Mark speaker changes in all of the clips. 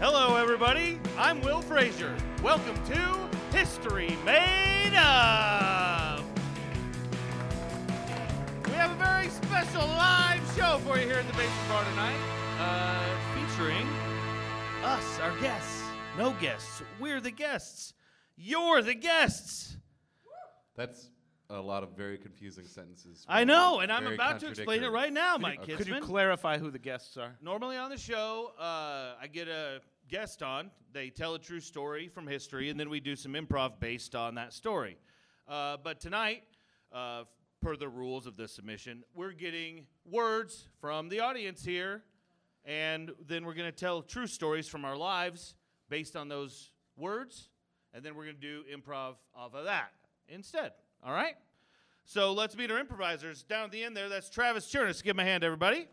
Speaker 1: Hello, everybody. I'm Will Frazier. Welcome to History Made Up. We have a very special live show for you here at the basement bar tonight, uh, featuring us, our guests. No guests. We're the guests. You're the guests.
Speaker 2: That's a lot of very confusing sentences.
Speaker 1: I know, and I'm
Speaker 2: Very
Speaker 1: about to explain it
Speaker 2: contradictory.
Speaker 1: right now, Mike Kidsman.
Speaker 3: Could you clarify who the guests are?
Speaker 1: Normally on the show, uh, I get a guest on. They tell a true story from history, and then we do some improv based on that story. Uh, but tonight, uh, per the rules of the submission, we're getting words from the audience here, and then we're going to tell true stories from our lives based on those words, and then we're going to do improv off of that instead. All right? So let's meet our improvisers down at the end there. That's Travis Chernus. Give him a hand, everybody.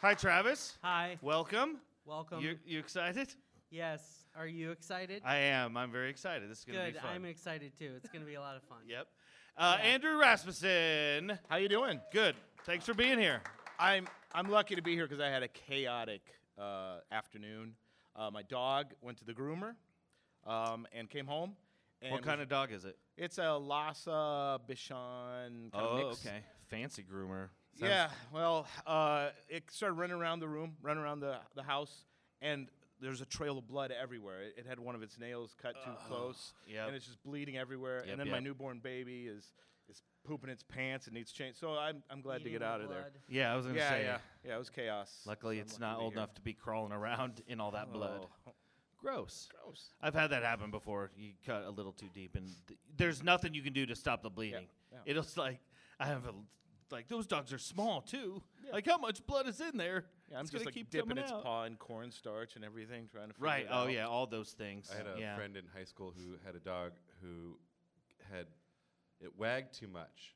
Speaker 1: Hi, Travis.
Speaker 4: Hi,
Speaker 1: Welcome.
Speaker 4: welcome.
Speaker 1: You, you excited?
Speaker 4: yes, are you excited?
Speaker 1: I am. I'm very excited. This is going to
Speaker 4: Good,
Speaker 1: be fun.
Speaker 4: I'm excited too. It's going to be a lot of fun.
Speaker 1: yep. Uh,
Speaker 4: Yeah.
Speaker 1: Andrew Rasmussen.
Speaker 3: How you doing?
Speaker 1: Good. Thanks for being here.
Speaker 3: I'm I'm lucky to be here because I had a chaotic uh, afternoon. Uh, my dog went to the groomer um, and came home. And
Speaker 1: what kind of dog is it?
Speaker 3: It's a Lhasa Bichon. Kind
Speaker 1: Oh,
Speaker 3: of mix.
Speaker 1: Fancy groomer. Sounds-
Speaker 3: yeah. Well, uh, it started running around the room, running around the, the house, and there's a trail of blood everywhere. It, it had one of its nails cut too close,
Speaker 1: Uh, yep.
Speaker 3: and it's just bleeding everywhere.
Speaker 1: Yep,
Speaker 3: and then my
Speaker 1: yep.
Speaker 3: newborn baby is is pooping its pants and needs change. So I'm I'm glad to
Speaker 4: Eating
Speaker 3: get
Speaker 4: the
Speaker 3: out of there.
Speaker 4: blood.
Speaker 1: Yeah, I was going to
Speaker 3: Yeah,
Speaker 1: say.
Speaker 3: yeah, yeah. It was chaos.
Speaker 1: Luckily,
Speaker 3: So I'm
Speaker 1: it's
Speaker 3: lucky
Speaker 1: not
Speaker 3: to be
Speaker 1: old
Speaker 3: here.
Speaker 1: enough to be crawling around in all that blood.
Speaker 3: Oh.
Speaker 1: Gross.
Speaker 3: Gross.
Speaker 1: I've had that happen before. You cut a little too deep, and th- there's nothing you can do to stop the bleeding.
Speaker 3: yeah.
Speaker 1: It'll s- like I have a like those dogs are small too. Like how much blood is in there?
Speaker 3: Yeah, I'm
Speaker 1: It's
Speaker 3: just
Speaker 1: gonna
Speaker 3: like
Speaker 1: keep
Speaker 3: dipping
Speaker 1: coming
Speaker 3: its
Speaker 1: out.
Speaker 3: paw in cornstarch and everything, trying to figure
Speaker 1: Right.
Speaker 3: it
Speaker 1: Oh
Speaker 3: out.
Speaker 1: yeah, all those things.
Speaker 2: I had a
Speaker 1: yeah.
Speaker 2: friend in high school who had a dog who had it wagged too much,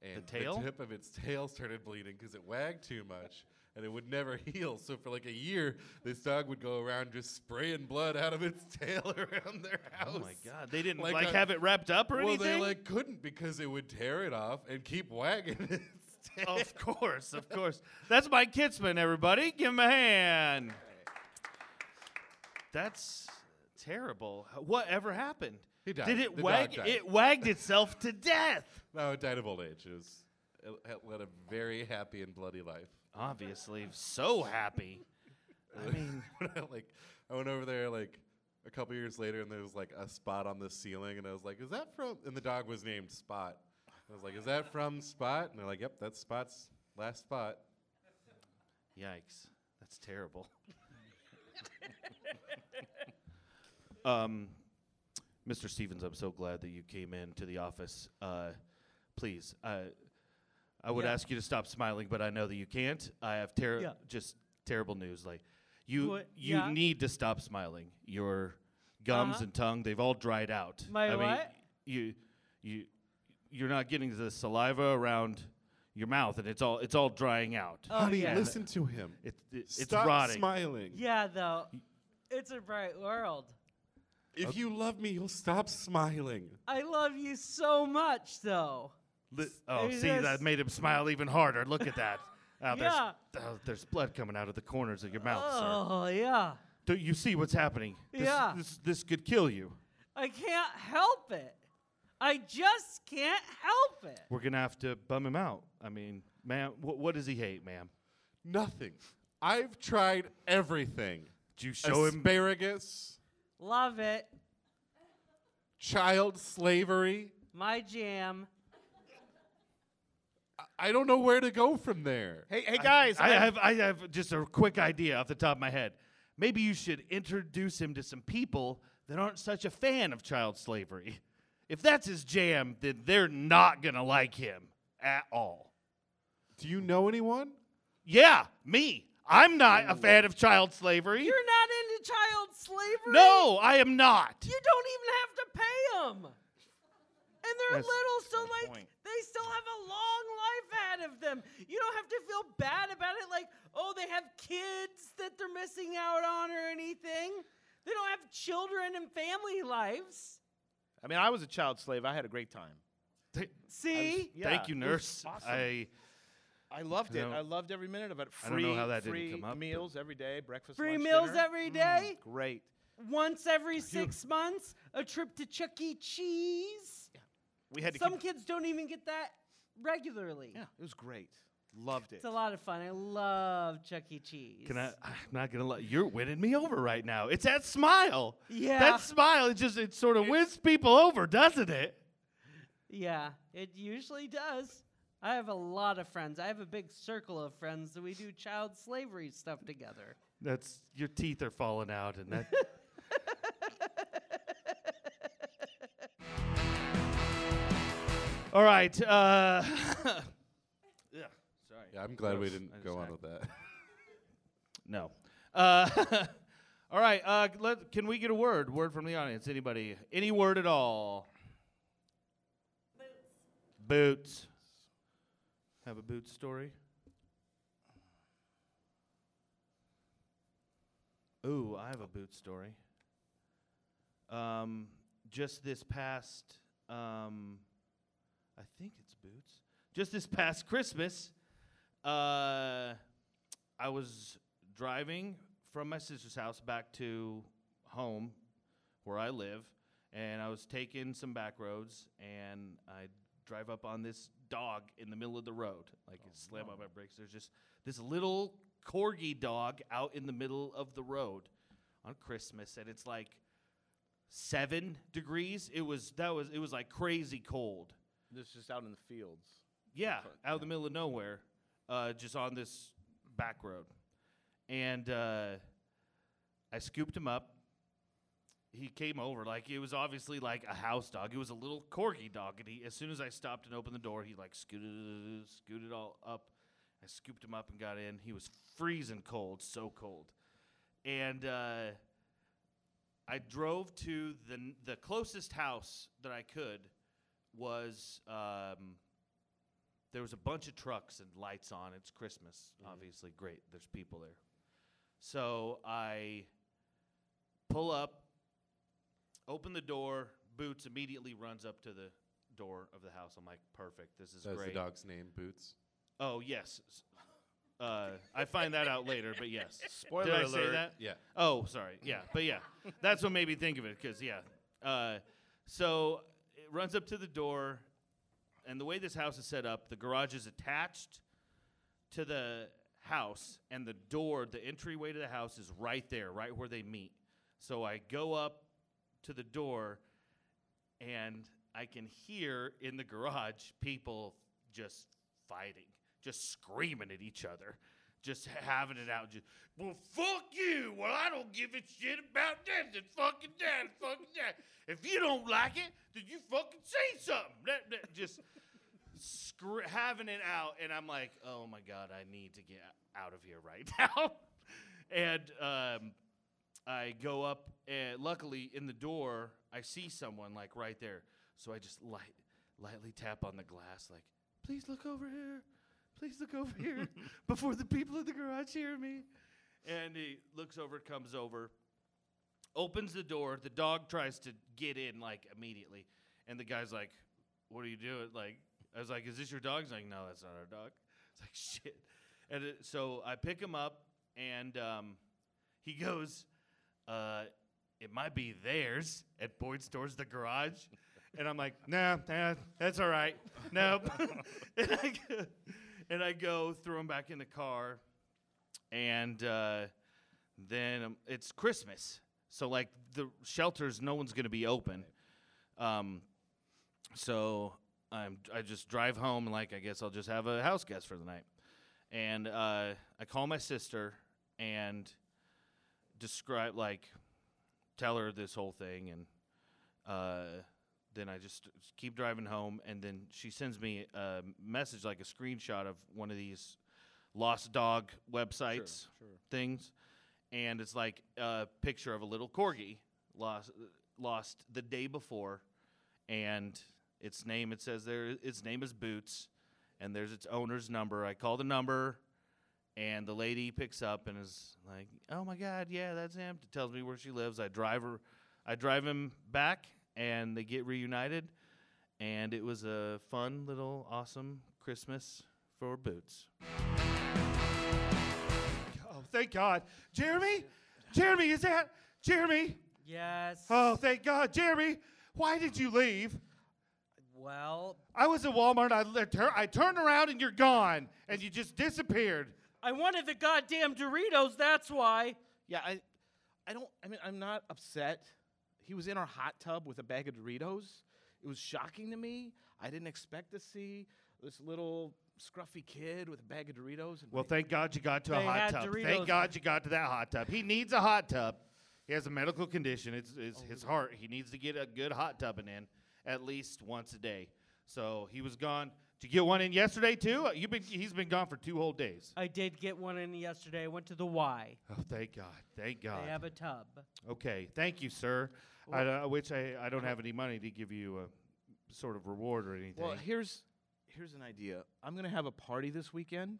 Speaker 2: and
Speaker 1: tail?
Speaker 2: tip of its tail started bleeding because it wagged too much, and it would never heal. So for like a year, this dog would go around just spraying blood out of its tail around their house.
Speaker 1: Oh my god, they didn't like,
Speaker 2: Like a-
Speaker 1: have it wrapped up or
Speaker 2: Well,
Speaker 1: anything.
Speaker 2: they like couldn't because it would tear it off and keep wagging its tail.
Speaker 1: of course, of course. That's Mike Kitzman, everybody. Give him a hand. That's terrible. Whatever happened?
Speaker 2: He died.
Speaker 1: Did it
Speaker 2: The dog
Speaker 1: wag?
Speaker 2: died.
Speaker 1: It wagged itself to death.
Speaker 2: No, it died of old age. It was it had led a very happy and bloody life.
Speaker 1: obviously so happy. I mean,
Speaker 2: When I, like I went over there like a couple years later, and there was like a spot on the ceiling, and I was like, "Is that from?" And the dog was named Spot. I was like, "Is that from Spot?" And they're like, "Yep, that's Spot's last spot."
Speaker 1: yikes. That's terrible. um, Mr. Stevens, I'm so glad that you came in to the office. Uh, please, uh, I would
Speaker 4: Yeah.
Speaker 1: ask you to stop smiling, but I know that you can't. I have ter-
Speaker 4: Yeah.
Speaker 1: just terrible news. Like, you
Speaker 4: What?
Speaker 1: you
Speaker 4: Yeah.
Speaker 1: need to stop smiling. Your gums
Speaker 4: Uh-huh.
Speaker 1: and tongue, they've all dried out.
Speaker 4: My
Speaker 1: I mean,
Speaker 4: what?
Speaker 1: you you you're not getting the saliva around your mouth, and it's all it's all drying out.
Speaker 4: Oh,
Speaker 2: Honey,
Speaker 4: yeah.
Speaker 2: listen to him.
Speaker 1: It, it- it's
Speaker 2: Stop
Speaker 1: rotting.
Speaker 2: smiling.
Speaker 4: Yeah, though. It's a bright world.
Speaker 2: If you love me, you'll stop smiling.
Speaker 4: I love you so much, though.
Speaker 1: Li- oh,
Speaker 4: It
Speaker 1: see, that
Speaker 4: is-
Speaker 1: made him smile even harder. Look at that. Oh,
Speaker 4: Yeah.
Speaker 1: there's, oh, there's blood coming out of the corners of your mouth, sir.
Speaker 4: Oh, yeah.
Speaker 1: Don't you see what's happening? This,
Speaker 4: Yeah.
Speaker 1: This, this could kill you.
Speaker 4: I can't help it. I just can't help it.
Speaker 1: We're going to have to bum him out. I mean, ma'am, wh- what does he hate, ma'am?
Speaker 2: Nothing. I've tried everything.
Speaker 1: Did you show him?
Speaker 2: asparagus,
Speaker 4: Love it.
Speaker 2: child slavery.
Speaker 4: My jam.
Speaker 2: I don't know where to go from there.
Speaker 3: Hey, hey guys!
Speaker 1: I
Speaker 3: I'm-
Speaker 1: have, I have just a quick idea off the top of my head. Maybe you should introduce him to some people that aren't such a fan of child slavery. If that's his jam, then they're not going to like him at all.
Speaker 2: Do you know anyone?
Speaker 1: Yeah, me. I'm not a fan of child slavery.
Speaker 4: You're not into child slavery?
Speaker 1: no, I am not.
Speaker 4: You don't even have to pay them. And they're
Speaker 1: That's-
Speaker 4: little, so
Speaker 3: good
Speaker 4: like
Speaker 3: point.
Speaker 4: they still have a long life ahead of them. You don't have to feel bad about it. Like, oh, they have kids that they're missing out on or anything. They don't have children and family lives.
Speaker 3: I mean, I was a child slave. I had a great time.
Speaker 1: Th-
Speaker 4: See,
Speaker 3: Yeah,
Speaker 1: Thank you,
Speaker 3: it was
Speaker 1: nurse.
Speaker 3: awesome.
Speaker 1: I
Speaker 3: I loved it.
Speaker 1: No.
Speaker 3: I loved every minute of it.
Speaker 1: I
Speaker 3: Free,
Speaker 1: don't know how that didn't
Speaker 3: free
Speaker 1: come up, but- Mm.
Speaker 3: meals every day, breakfast,
Speaker 4: Free
Speaker 3: lunch,
Speaker 4: meals
Speaker 3: dinner.
Speaker 4: every day?
Speaker 3: Great.
Speaker 4: Once every six months, a trip to Chuck E. Cheese.
Speaker 3: We had to
Speaker 4: Some
Speaker 3: keep.
Speaker 4: kids don't even get that regularly.
Speaker 3: Yeah, it was great. Loved it.
Speaker 4: It's a lot of fun. I love Chuck E. Cheese.
Speaker 1: Can I? I'm not gonna lie. You're winning me over right now. It's that smile.
Speaker 4: Yeah.
Speaker 1: That smile. It just it sort of wins people over, doesn't it?
Speaker 4: Yeah, it usually does. I have a lot of friends. I have a big circle of friends that we do child slavery stuff together.
Speaker 1: That's your teeth are falling out, and that. All right. Uh, yeah. Sorry.
Speaker 2: Yeah, I'm glad we
Speaker 1: Gross. I
Speaker 2: didn't
Speaker 1: just
Speaker 2: go on
Speaker 1: hacked.
Speaker 2: with that.
Speaker 1: No. Uh, all right. Uh, let, can we get a word? Word from the audience. Anybody? Any word at all? Boots. Boots. Have a boots story? Ooh, I have a boot story. Um, just this past, um, I think it's boots. Just this past Christmas, uh, I was driving from my sister's house back to home where I live, and I was taking some back roads, and I drive up on this dog in the middle of the road. Like, slam on my brakes. There's just this little corgi dog out in the middle of the road on Christmas, and it's like seven degrees. It was that was it was like crazy cold.
Speaker 3: This is just out in the fields.
Speaker 1: Yeah, out in the middle of nowhere, uh, just on this back road. And uh, I scooped him up. He came over like it was obviously like a house dog. It was a little corgi dog, and he as soon as I stopped and opened the door, he like scooted scooted all up. I scooped him up and got in. He was freezing cold, so cold. And uh, I drove to the n- the closest house that I could was um, there was a bunch of trucks and lights on. It's Christmas,
Speaker 3: Mm-hmm.
Speaker 1: obviously. Great, there's people there. So I pull up, open the door. Boots immediately runs up to the door of the house. I'm like, perfect. This is
Speaker 2: That's
Speaker 1: great.
Speaker 2: the dog's name, Boots.
Speaker 1: Oh yes. S- Uh, I find that out later, but yes.
Speaker 3: Spoiler
Speaker 1: Did I say
Speaker 3: alert.
Speaker 1: that?
Speaker 2: Yeah.
Speaker 1: Oh, sorry. Yeah, but yeah, that's what made me think of it because yeah. Uh, so it runs up to the door, and the way this house is set up, the garage is attached to the house, and the door, the entryway to the house, is right there, right where they meet. So I go up to the door, and I can hear in the garage people just fighting, just screaming at each other, just having it out. Just, well, fuck you. Well, I don't give a shit about this. It's fucking that. It's fucking that. If you don't like it, then you fucking say something. That, that, just scr- having it out, and I'm like, oh my god, I need to get out of here right now. and um, I go up, and luckily in the door, I see someone like right there. So I just light, lightly tap on the glass, like, please look over here. Please look over here before the people in the garage hear me. And he looks over, comes over, opens the door. The dog tries to get in like immediately. And the guy's like, What are you doing? Like, I was like, Is this your dog? He's like, No, that's not our dog. It's like, Shit. And it, so I pick him up, and um, he goes, uh, it might be theirs and points towards the garage. And I'm like, nah, nah that's all right. Nope. and, I go, and I go, throw him back in the car. And uh, then um, it's Christmas. So, like, the shelters, no one's going to be open. Um, so I'm, I just drive home, and, like, I guess I'll just have a house guest for the night. And uh, I call my sister, and describe like tell her this whole thing and uh, then i just keep driving home and then she sends me a message like a screenshot of one of these lost dog websites things and it's like a picture of a little corgi lost lost the day before and its name it says there its name is boots and there's its owner's number i call the number and the lady picks up and is like, "Oh my God, yeah, that's him." Tells me where she lives. I drive her, I drive him back, and they get reunited, and it was a fun little awesome Christmas for boots. Oh, thank God. Jeremy? Jeremy, is that Jeremy?
Speaker 4: Yes.
Speaker 1: Oh, thank God. Jeremy, why did you leave?
Speaker 4: Well,
Speaker 1: I was at Walmart. I, le- tur- I turned around and you're gone. And you just disappeared.
Speaker 4: I wanted the goddamn Doritos, that's why.
Speaker 3: Yeah, I, I don't. I mean, I'm not upset. He was in our hot tub with a bag of Doritos. It was shocking to me. I didn't expect to see this little scruffy kid with a bag of Doritos. And
Speaker 1: Well,
Speaker 3: my-
Speaker 1: thank God you got to a
Speaker 4: They
Speaker 1: hot
Speaker 4: had
Speaker 1: tub.
Speaker 4: Doritos.
Speaker 1: Thank God you got to that hot tub. He needs a hot tub. He has a medical condition. It's, it's
Speaker 4: Oh,
Speaker 1: his heart. He needs to get a good hot tubbing in at least once a day. So he was gone. Did you get one in yesterday too? You've been he's been gone for two whole days.
Speaker 4: I did get one in yesterday. I went to the Y.
Speaker 1: Oh, thank God. Thank God.
Speaker 4: They have a tub.
Speaker 1: Okay, thank you, sir. I, uh, which I, I don't have any money to give you a sort of reward or anything.
Speaker 3: well, here's here's an idea. I'm gonna have a party this weekend,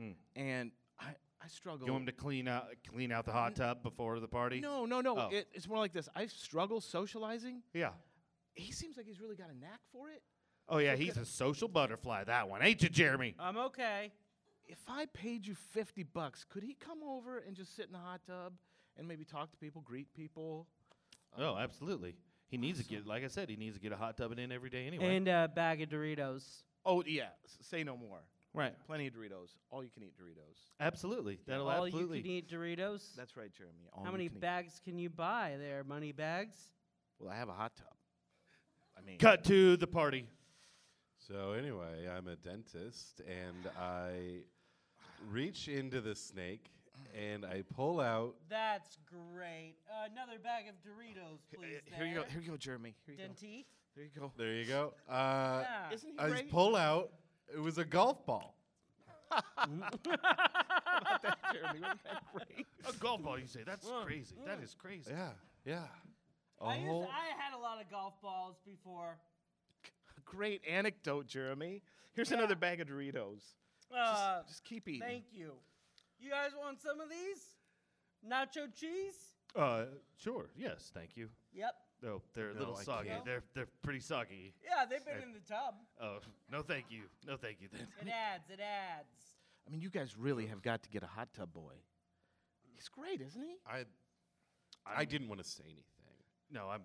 Speaker 1: Mm.
Speaker 3: and I I struggle.
Speaker 1: you want him to clean out clean out the hot tub before the party?
Speaker 3: no, no, no.
Speaker 1: Oh.
Speaker 3: It, it's more like this. I struggle socializing.
Speaker 1: Yeah.
Speaker 3: He seems like he's really got a knack for it.
Speaker 1: Oh yeah, he's a social butterfly. That one, ain't you, Jeremy?
Speaker 4: I'm okay.
Speaker 3: if I paid you 50 bucks, could he come over and just sit in the hot tub and maybe talk to people, greet people?
Speaker 1: Oh, absolutely. He needs to get, like I said, he needs to get a hot tub in every day anyway.
Speaker 4: And a bag of Doritos.
Speaker 3: Oh, yeah. s- Say no more.
Speaker 1: right.
Speaker 3: Plenty of Doritos. All you can eat Doritos.
Speaker 1: Absolutely. That'll
Speaker 4: All
Speaker 1: absolutely.
Speaker 4: you can eat Doritos.
Speaker 3: That's right, Jeremy. All
Speaker 4: How
Speaker 3: you
Speaker 4: many
Speaker 3: can eat.
Speaker 4: bags can you buy there? Money bags?
Speaker 3: Well, I have a hot tub. I mean,
Speaker 1: Cut to the party.
Speaker 2: So anyway, I'm a dentist and I reach into the snake and I pull out
Speaker 4: That's great. another bag of Doritos,
Speaker 3: uh,
Speaker 4: please.
Speaker 3: here you go. Here you go, Jeremy. Here you go.
Speaker 4: Denti.
Speaker 3: There you go.
Speaker 2: there you go. Uh
Speaker 3: Isn't he
Speaker 2: I
Speaker 3: great?
Speaker 2: pull out it was a golf ball.
Speaker 3: Jeremy, wasn't that great?
Speaker 1: A golf ball, you say? That's crazy. That is crazy.
Speaker 2: Yeah, yeah. A
Speaker 4: I, used,
Speaker 2: whole-
Speaker 4: I had a lot of golf balls before.
Speaker 3: Great anecdote, Jeremy. Here's another bag of Doritos.
Speaker 4: Uh,
Speaker 3: just, just keep eating.
Speaker 4: thank you. You guys want some of these? Nacho cheese?
Speaker 1: Uh, sure. Yes. Thank you.
Speaker 4: Yep.
Speaker 1: Oh, they're a
Speaker 2: No,
Speaker 1: little
Speaker 2: I
Speaker 1: soggy.
Speaker 2: can't.
Speaker 1: They're they're pretty soggy.
Speaker 4: Yeah, they've been in the tub.
Speaker 1: Oh, no, thank you. No, thank you. Then.
Speaker 4: It adds. It adds.
Speaker 3: I mean, you guys really have got to get a hot tub boy. He's great, isn't he?
Speaker 2: I I didn't want to say anything.
Speaker 1: No, I'm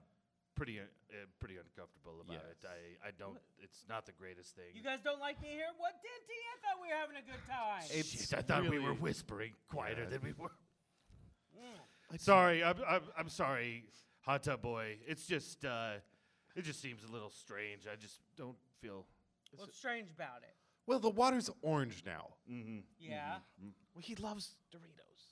Speaker 1: pretty uh, uh, pretty uncomfortable about it.
Speaker 2: Yes.
Speaker 1: I I don't. It's not the greatest thing.
Speaker 4: You guys don't like me here? What, Dinty? I thought we were having a good time.
Speaker 1: Shit, I thought we were
Speaker 2: really-
Speaker 1: whispering quieter
Speaker 2: Yeah.
Speaker 1: than we were.
Speaker 4: Mm.
Speaker 1: Sorry, I'm, I'm I'm sorry, hot tub boy. It's just uh, it just seems a little strange. I just don't feel.
Speaker 4: What's strange about it?
Speaker 2: Well, the water's orange now. Mm-hmm.
Speaker 4: Yeah.
Speaker 3: Well, he loves Doritos.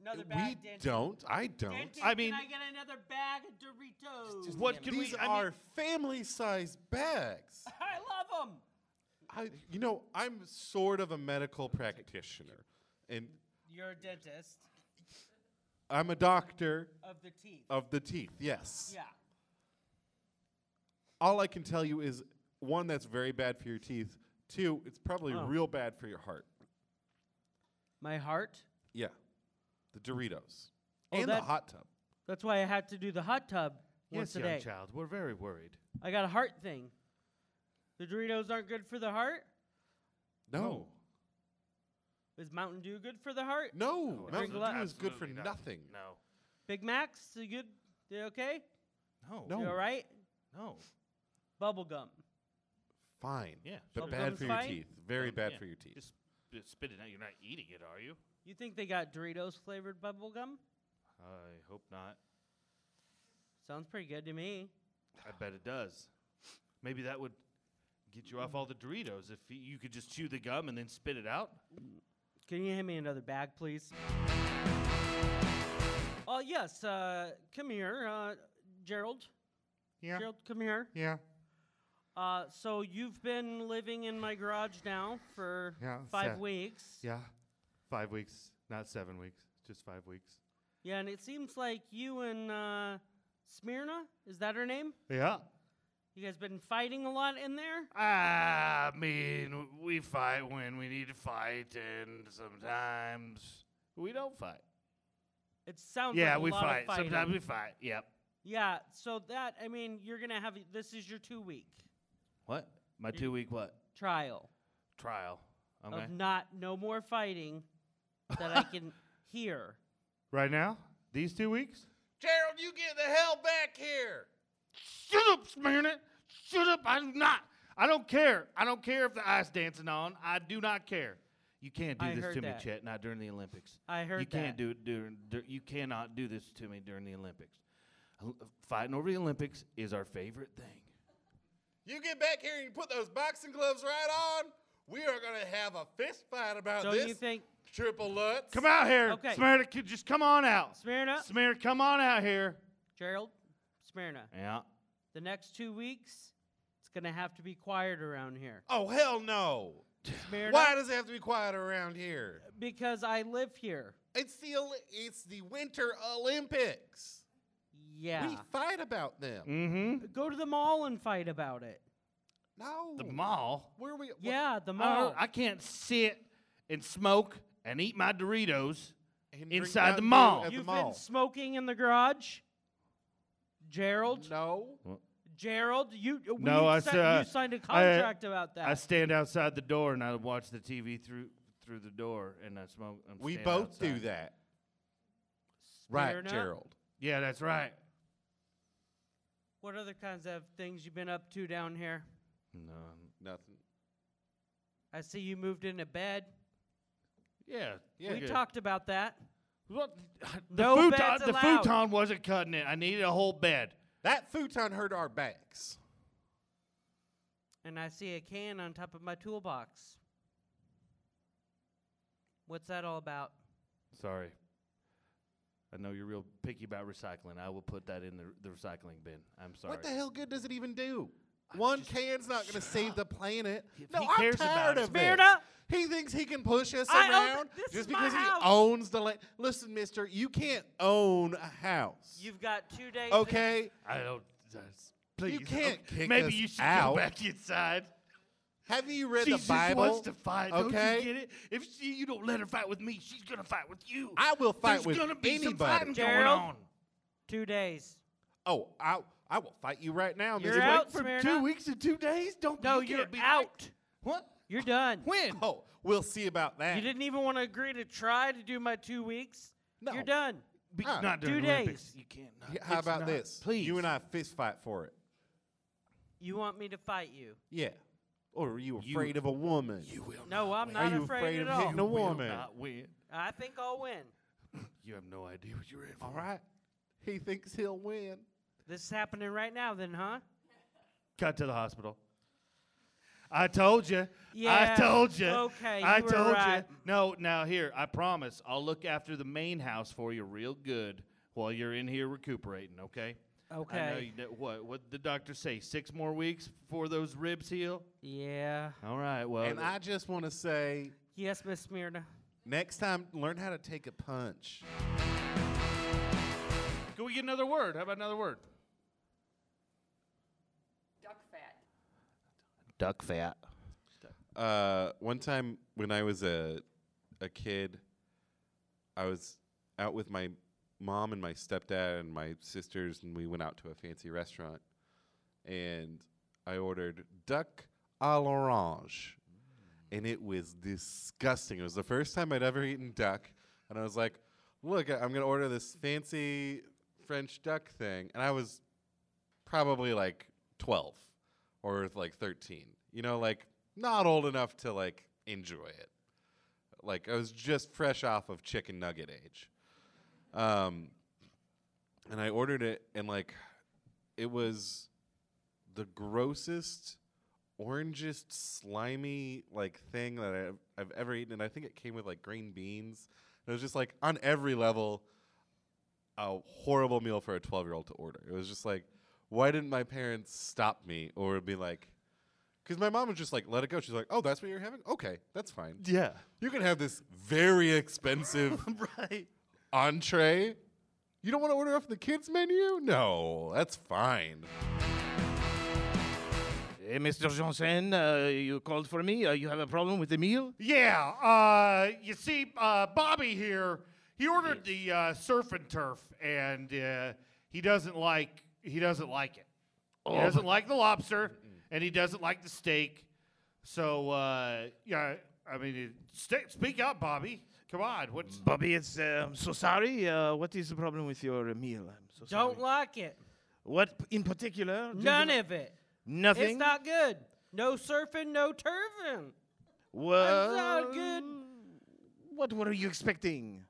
Speaker 4: Another
Speaker 2: we
Speaker 4: bag, Dinty.
Speaker 2: don't. I don't.
Speaker 4: Dinty,
Speaker 1: I
Speaker 4: can I
Speaker 1: mean-
Speaker 4: get another bag of Doritos?
Speaker 1: What can
Speaker 2: These
Speaker 1: we? I mean-
Speaker 2: are family-sized bags.
Speaker 4: I love them.
Speaker 2: I, you know, I'm sort of a medical practitioner, and
Speaker 4: You're a dentist
Speaker 2: I'm a doctor
Speaker 4: of the teeth.
Speaker 2: of the teeth. Yes.
Speaker 4: Yeah.
Speaker 2: All I can tell you is one, that's very bad for your teeth. Two, it's probably
Speaker 4: Oh.
Speaker 2: real bad for your heart.
Speaker 4: My heart.
Speaker 2: Yeah. The Doritos
Speaker 4: Oh,
Speaker 2: and
Speaker 4: that-
Speaker 2: the hot tub.
Speaker 4: That's why I had to do the hot tub once
Speaker 1: yes,
Speaker 4: a
Speaker 1: young
Speaker 4: day.
Speaker 1: child, we're very worried.
Speaker 4: I got a heart thing. The Doritos aren't good for the heart. Oh.
Speaker 2: No.
Speaker 4: Is Mountain Dew good for the heart?
Speaker 2: No. Mountain
Speaker 4: absolutely
Speaker 2: Dew is good for
Speaker 1: Absolutely not.
Speaker 2: nothing.
Speaker 1: No,
Speaker 4: Big Macs, you good? You okay?
Speaker 1: no,
Speaker 4: You all
Speaker 2: No.
Speaker 4: right?
Speaker 1: no.
Speaker 4: Bubble gum.
Speaker 2: Fine.
Speaker 1: Yeah,
Speaker 2: But
Speaker 4: sure.
Speaker 2: bad
Speaker 4: Bubblegum's
Speaker 2: for your
Speaker 4: fine?
Speaker 2: teeth. Very
Speaker 1: Um,
Speaker 2: bad
Speaker 1: yeah,
Speaker 2: for your teeth.
Speaker 1: Just, just spit it out. You're not eating it, are you?
Speaker 4: You think they got Doritos flavored bubble gum?
Speaker 1: I hope not.
Speaker 4: Sounds pretty good to me.
Speaker 1: I bet it does. Maybe that would get you off all the Doritos if y- you could just chew the gum and then spit it out.
Speaker 4: Can you hand me another bag, please? Oh yes. Uh, come here, uh, Gerald.
Speaker 1: Yeah.
Speaker 4: Gerald, come here.
Speaker 1: Yeah.
Speaker 4: Uh, so you've been living in my garage now for
Speaker 1: Yeah,
Speaker 4: five
Speaker 1: so-
Speaker 4: weeks.
Speaker 1: Yeah. Five weeks, not seven weeks, just five weeks.
Speaker 4: Yeah, and it seems like you and uh, Smyrna, is that her name?
Speaker 1: Yeah.
Speaker 4: You guys been fighting a lot in there?
Speaker 1: I mean, w- we fight when we need to fight, and sometimes we don't fight.
Speaker 4: It sounds
Speaker 1: yeah,
Speaker 4: like a
Speaker 1: we
Speaker 4: lot
Speaker 1: fight.
Speaker 4: of fighting.
Speaker 1: Sometimes we fight. Yep.
Speaker 4: yeah, so that I mean, you're gonna have this is your two week
Speaker 1: What? My two week what?
Speaker 4: trial.
Speaker 1: Trial. Okay.
Speaker 4: of not no more fighting that I can hear.
Speaker 1: Right now, these two weeks.
Speaker 2: Gerald, you get the hell back here.
Speaker 1: Shut up, Smyrna. Shut up. I do not. I don't care. I don't care if the ice dancing on. I do not care. You can't do
Speaker 4: I
Speaker 1: this
Speaker 4: heard
Speaker 1: to me,
Speaker 4: that.
Speaker 1: Chet. Not during the Olympics.
Speaker 4: I heard
Speaker 1: you can't
Speaker 4: that.
Speaker 1: do it during. dur- You cannot do this to me during the Olympics. Ol- Fighting over the Olympics is our favorite thing.
Speaker 2: You get back here and you put those boxing gloves right on. We are gonna have a fist fight about
Speaker 4: Don't
Speaker 2: this.
Speaker 4: you think,
Speaker 2: triple Lutz?
Speaker 1: Come out here,
Speaker 4: Okay.
Speaker 1: Smyrna. c- Just come on out.
Speaker 4: Smyrna,
Speaker 1: Smyrna, come on out here.
Speaker 4: Gerald, Smyrna?
Speaker 1: Yeah.
Speaker 4: The next two weeks, it's gonna have to be quiet around here.
Speaker 2: Oh hell no!
Speaker 4: Smyrna,
Speaker 2: Why does it have to be quiet around here?
Speaker 4: because I live here.
Speaker 2: It's the Oli- it's the Winter Olympics.
Speaker 4: Yeah.
Speaker 2: We fight about them.
Speaker 1: Mm-hmm.
Speaker 4: Go to the mall and fight about it.
Speaker 2: No.
Speaker 1: The mall.
Speaker 2: Where are we? what-
Speaker 4: Yeah, the
Speaker 1: I
Speaker 4: mall.
Speaker 1: don't- I can't sit and smoke and eat my Doritos.
Speaker 2: and drink
Speaker 1: inside the
Speaker 2: Mountain Dew
Speaker 1: mall.
Speaker 2: At
Speaker 4: You've
Speaker 2: the mall.
Speaker 4: been smoking in the garage, Gerald.
Speaker 2: no.
Speaker 4: Gerald, you uh, we
Speaker 1: No, I
Speaker 4: si-
Speaker 1: said-
Speaker 4: you signed a contract about that.
Speaker 1: I stand outside the door and I watch the TV through through the door and I smoke. I'm
Speaker 2: We
Speaker 1: standing
Speaker 2: both do
Speaker 1: outside.
Speaker 2: that.
Speaker 4: Fair
Speaker 2: Right,
Speaker 4: enough.
Speaker 2: Gerald.
Speaker 1: Yeah, that's right.
Speaker 4: What other kinds of things you been up to down here?
Speaker 1: No.
Speaker 2: Nothing.
Speaker 4: I see you moved into bed.
Speaker 1: Yeah.
Speaker 2: Yeah.
Speaker 4: we
Speaker 1: good.
Speaker 4: talked about that.
Speaker 1: What? The,
Speaker 4: No
Speaker 1: futon,
Speaker 4: beds
Speaker 1: the
Speaker 4: allowed.
Speaker 1: futon wasn't cutting it. I needed a whole bed.
Speaker 2: That futon hurt our backs.
Speaker 4: And I see a can on top of my toolbox. What's that all about?
Speaker 1: Sorry. I know you're real picky about recycling. I will put that in the, the recycling bin. I'm sorry.
Speaker 2: What the hell good does it even do? One can's not going to save the planet.
Speaker 1: If
Speaker 2: no,
Speaker 1: he
Speaker 2: I'm
Speaker 1: cares about
Speaker 2: tired
Speaker 1: it.
Speaker 2: of this.
Speaker 4: Smyrna!
Speaker 2: He thinks he can push us
Speaker 4: I own
Speaker 2: around
Speaker 4: it. This
Speaker 2: just
Speaker 4: is my
Speaker 2: because
Speaker 4: house.
Speaker 2: he owns the land. Listen, mister, you can't own a house.
Speaker 4: You've got two days. to-
Speaker 2: okay?
Speaker 1: I don't. that's- Please.
Speaker 2: can't
Speaker 1: okay.
Speaker 2: kick
Speaker 1: Maybe
Speaker 2: us
Speaker 1: you should
Speaker 2: out.
Speaker 1: go back inside.
Speaker 2: Haven't you read
Speaker 1: Jesus
Speaker 2: the Bible?
Speaker 1: wants to fight.
Speaker 2: Okay.
Speaker 1: Don't you get it? If she, you don't let her fight with me, she's gonna fight with you.
Speaker 2: I will fight
Speaker 1: There's
Speaker 2: with
Speaker 1: gonna be some
Speaker 2: anybody.
Speaker 1: fighting going
Speaker 4: Gerald?
Speaker 1: on.
Speaker 4: Two days.
Speaker 2: Oh, I I will fight you right now,
Speaker 4: You're
Speaker 2: mister.
Speaker 4: out.
Speaker 1: For
Speaker 4: Smyrna?
Speaker 1: two weeks and two days? Don't
Speaker 4: No,
Speaker 1: you
Speaker 4: you are
Speaker 1: can't be
Speaker 4: out.
Speaker 1: What?
Speaker 4: You're done.
Speaker 1: When?
Speaker 2: Oh, we'll see about that.
Speaker 4: You didn't even want to agree to try to do my two weeks.
Speaker 2: No.
Speaker 4: You're done.
Speaker 1: Be-
Speaker 2: Huh.
Speaker 1: Not during
Speaker 4: Two
Speaker 1: the Olympics.
Speaker 4: days.
Speaker 1: You can't. No,
Speaker 2: Yeah, How
Speaker 1: it's
Speaker 2: about
Speaker 1: not.
Speaker 2: this?
Speaker 1: Please.
Speaker 2: You and I fist fight for it.
Speaker 4: You want me to fight you?
Speaker 2: Yeah. Or are you
Speaker 1: You-
Speaker 2: afraid of a woman?
Speaker 1: You will.
Speaker 4: No,
Speaker 1: not
Speaker 4: I'm
Speaker 1: win.
Speaker 4: not
Speaker 2: you
Speaker 4: afraid,
Speaker 2: afraid
Speaker 4: at
Speaker 2: of
Speaker 4: all.
Speaker 2: hitting a
Speaker 1: You will
Speaker 2: woman.
Speaker 1: not win.
Speaker 4: I think I'll win.
Speaker 1: You have no idea what you're in for.
Speaker 2: All right. He thinks he'll win.
Speaker 4: This is happening right now, then, huh?
Speaker 1: Cut to the hospital. I told you.
Speaker 4: Yeah,
Speaker 1: I told you.
Speaker 4: okay,
Speaker 1: I
Speaker 4: you were
Speaker 1: told
Speaker 4: right.
Speaker 1: you. No, now here, I promise. I'll look after the main house for you real good while you're in here recuperating, okay? I know
Speaker 4: Okay.
Speaker 1: you know, what what did the doctor say? 6 more weeks before those ribs heal?
Speaker 4: Yeah.
Speaker 1: All right. Well,
Speaker 2: and I just want to say
Speaker 4: Yes, Miss Smyrna.
Speaker 2: next time, learn how to take a punch.
Speaker 1: can we get another word? How about another word?
Speaker 5: Duck fat.
Speaker 1: Duck fat.
Speaker 2: Uh, one time when I was a, a kid, I was out with my mom and my stepdad and my sisters, and we went out to a fancy restaurant. And I ordered duck à l'orange. And it was disgusting. It was the first time I'd ever eaten duck. And I was like, look, I- I'm going to order this fancy French duck thing. And I was probably like 12 or like 13. You know, like not old enough to like enjoy it. Like I was just fresh off of chicken nugget age. Um and I ordered it and like it was the grossest orangest slimy like thing that I've, I've ever eaten and I think it came with like green beans. It was just like on every level a horrible meal for a 12 year old to order. It was just like, why didn't my parents stop me or be like, because my mom was just like, let it go. She's like, oh, that's what you're having? Okay, that's fine.
Speaker 1: Yeah.
Speaker 2: You can have this very expensive
Speaker 1: right.
Speaker 2: entree. You don't want to order off the kids' menu? No, that's fine.
Speaker 3: Hey, Mr. Johnson, uh, you called for me. Uh, you have a problem with the meal?
Speaker 1: Yeah. Uh, you see, uh, Bobby here, he ordered the uh, surf and turf, and uh, he doesn't like he doesn't like it.
Speaker 3: Oh.
Speaker 1: he doesn't like the lobster, and he doesn't like the steak. So uh, yeah, I mean, it, stay, speak up, Bobby. Come on. What's
Speaker 3: Bobby, it's, uh, I'm so sorry. Uh, what is the problem with your uh, meal? I'm so sorry.
Speaker 4: Don't like it.
Speaker 3: What p- in particular? do you
Speaker 4: None
Speaker 3: not-
Speaker 4: of it.
Speaker 3: Nothing.
Speaker 4: It's not good. No surfing, no turfing.
Speaker 3: well,
Speaker 4: good.
Speaker 3: What were you expecting?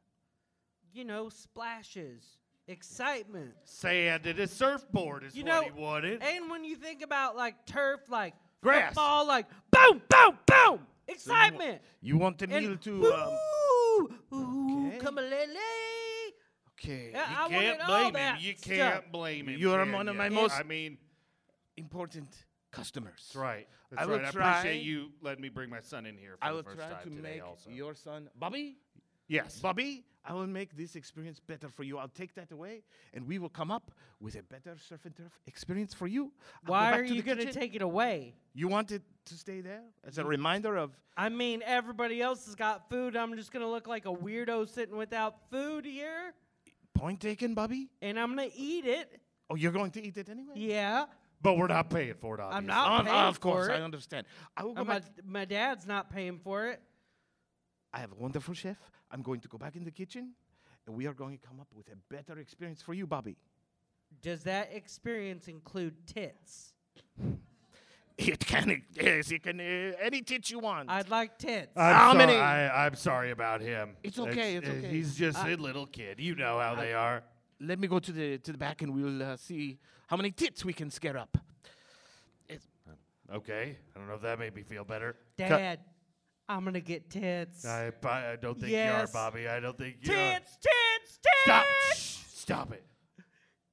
Speaker 4: You know, splashes, excitement.
Speaker 1: sand in his surfboard is
Speaker 4: You
Speaker 1: what
Speaker 4: know,
Speaker 1: he wanted.
Speaker 4: And when you think about like turf, like
Speaker 1: Grass.
Speaker 4: football, like boom, boom, boom, excitement.
Speaker 3: You want the
Speaker 4: and
Speaker 3: meal to? Um,
Speaker 4: woo, ooh,
Speaker 3: okay.
Speaker 4: come a lele.
Speaker 3: okay.
Speaker 4: Yeah,
Speaker 1: you
Speaker 4: I wanted
Speaker 1: can't
Speaker 4: all
Speaker 1: blame him.
Speaker 4: that
Speaker 1: You
Speaker 4: stuff.
Speaker 1: can't blame him.
Speaker 3: You are
Speaker 1: can
Speaker 3: one of
Speaker 1: ya?
Speaker 3: my most-
Speaker 1: I mean,
Speaker 3: Important customers.
Speaker 1: that's right. That's
Speaker 3: I will
Speaker 1: right. I
Speaker 3: try-
Speaker 1: appreciate you letting me bring my son in here for
Speaker 3: I
Speaker 1: the
Speaker 3: will
Speaker 1: first
Speaker 3: try
Speaker 1: time
Speaker 3: to
Speaker 1: today.
Speaker 3: make
Speaker 1: also,
Speaker 3: your son Bobby.
Speaker 1: yes,
Speaker 3: Bobby, I will make this experience better for you. I'll take that away, and we will come up with a better surf and turf experience for you. I'll go
Speaker 4: Why
Speaker 3: back
Speaker 4: are
Speaker 3: to
Speaker 4: you
Speaker 3: the
Speaker 4: going to
Speaker 3: kitchen.
Speaker 4: take Mm. it away?
Speaker 3: You want it to stay there as a reminder of
Speaker 4: I mean, everybody else has got food. I'm just going to look like a weirdo sitting without food here,
Speaker 3: point taken, Bobby.
Speaker 4: and I'm going to eat it.
Speaker 3: Oh, you're going to eat it anyway.
Speaker 4: Yeah.
Speaker 1: but we're not paying for it. Obviously.
Speaker 4: I'm not
Speaker 3: Um,
Speaker 4: paying
Speaker 3: of
Speaker 4: for
Speaker 3: course,
Speaker 4: it.
Speaker 3: I understand. I will go
Speaker 4: Uh, my,
Speaker 3: back.
Speaker 4: my dad's not paying for it.
Speaker 3: I have a wonderful chef. I'm going to go back in the kitchen, and we are going to come up with a better experience for you, Bobby.
Speaker 4: Does that experience include tits?
Speaker 3: It can, yes, it can, uh, any tit you want.
Speaker 4: I'd like tits.
Speaker 1: I'm
Speaker 3: How
Speaker 1: sorry,
Speaker 3: many-
Speaker 1: I, I'm sorry about him. uh,
Speaker 3: It's okay, it's okay.
Speaker 1: He's just a little kid. You know how they are.
Speaker 3: Let me go to the to the back, and we'll uh, see how many tits we can scare up. It's-
Speaker 1: Okay. I don't know if that made me feel better.
Speaker 4: Dad, I'm going to get tits.
Speaker 1: I, I don't think
Speaker 4: Yes.
Speaker 1: you are, Bobby. I don't think you are.
Speaker 4: tits, tits, tits.
Speaker 1: Stop. Shh, stop it.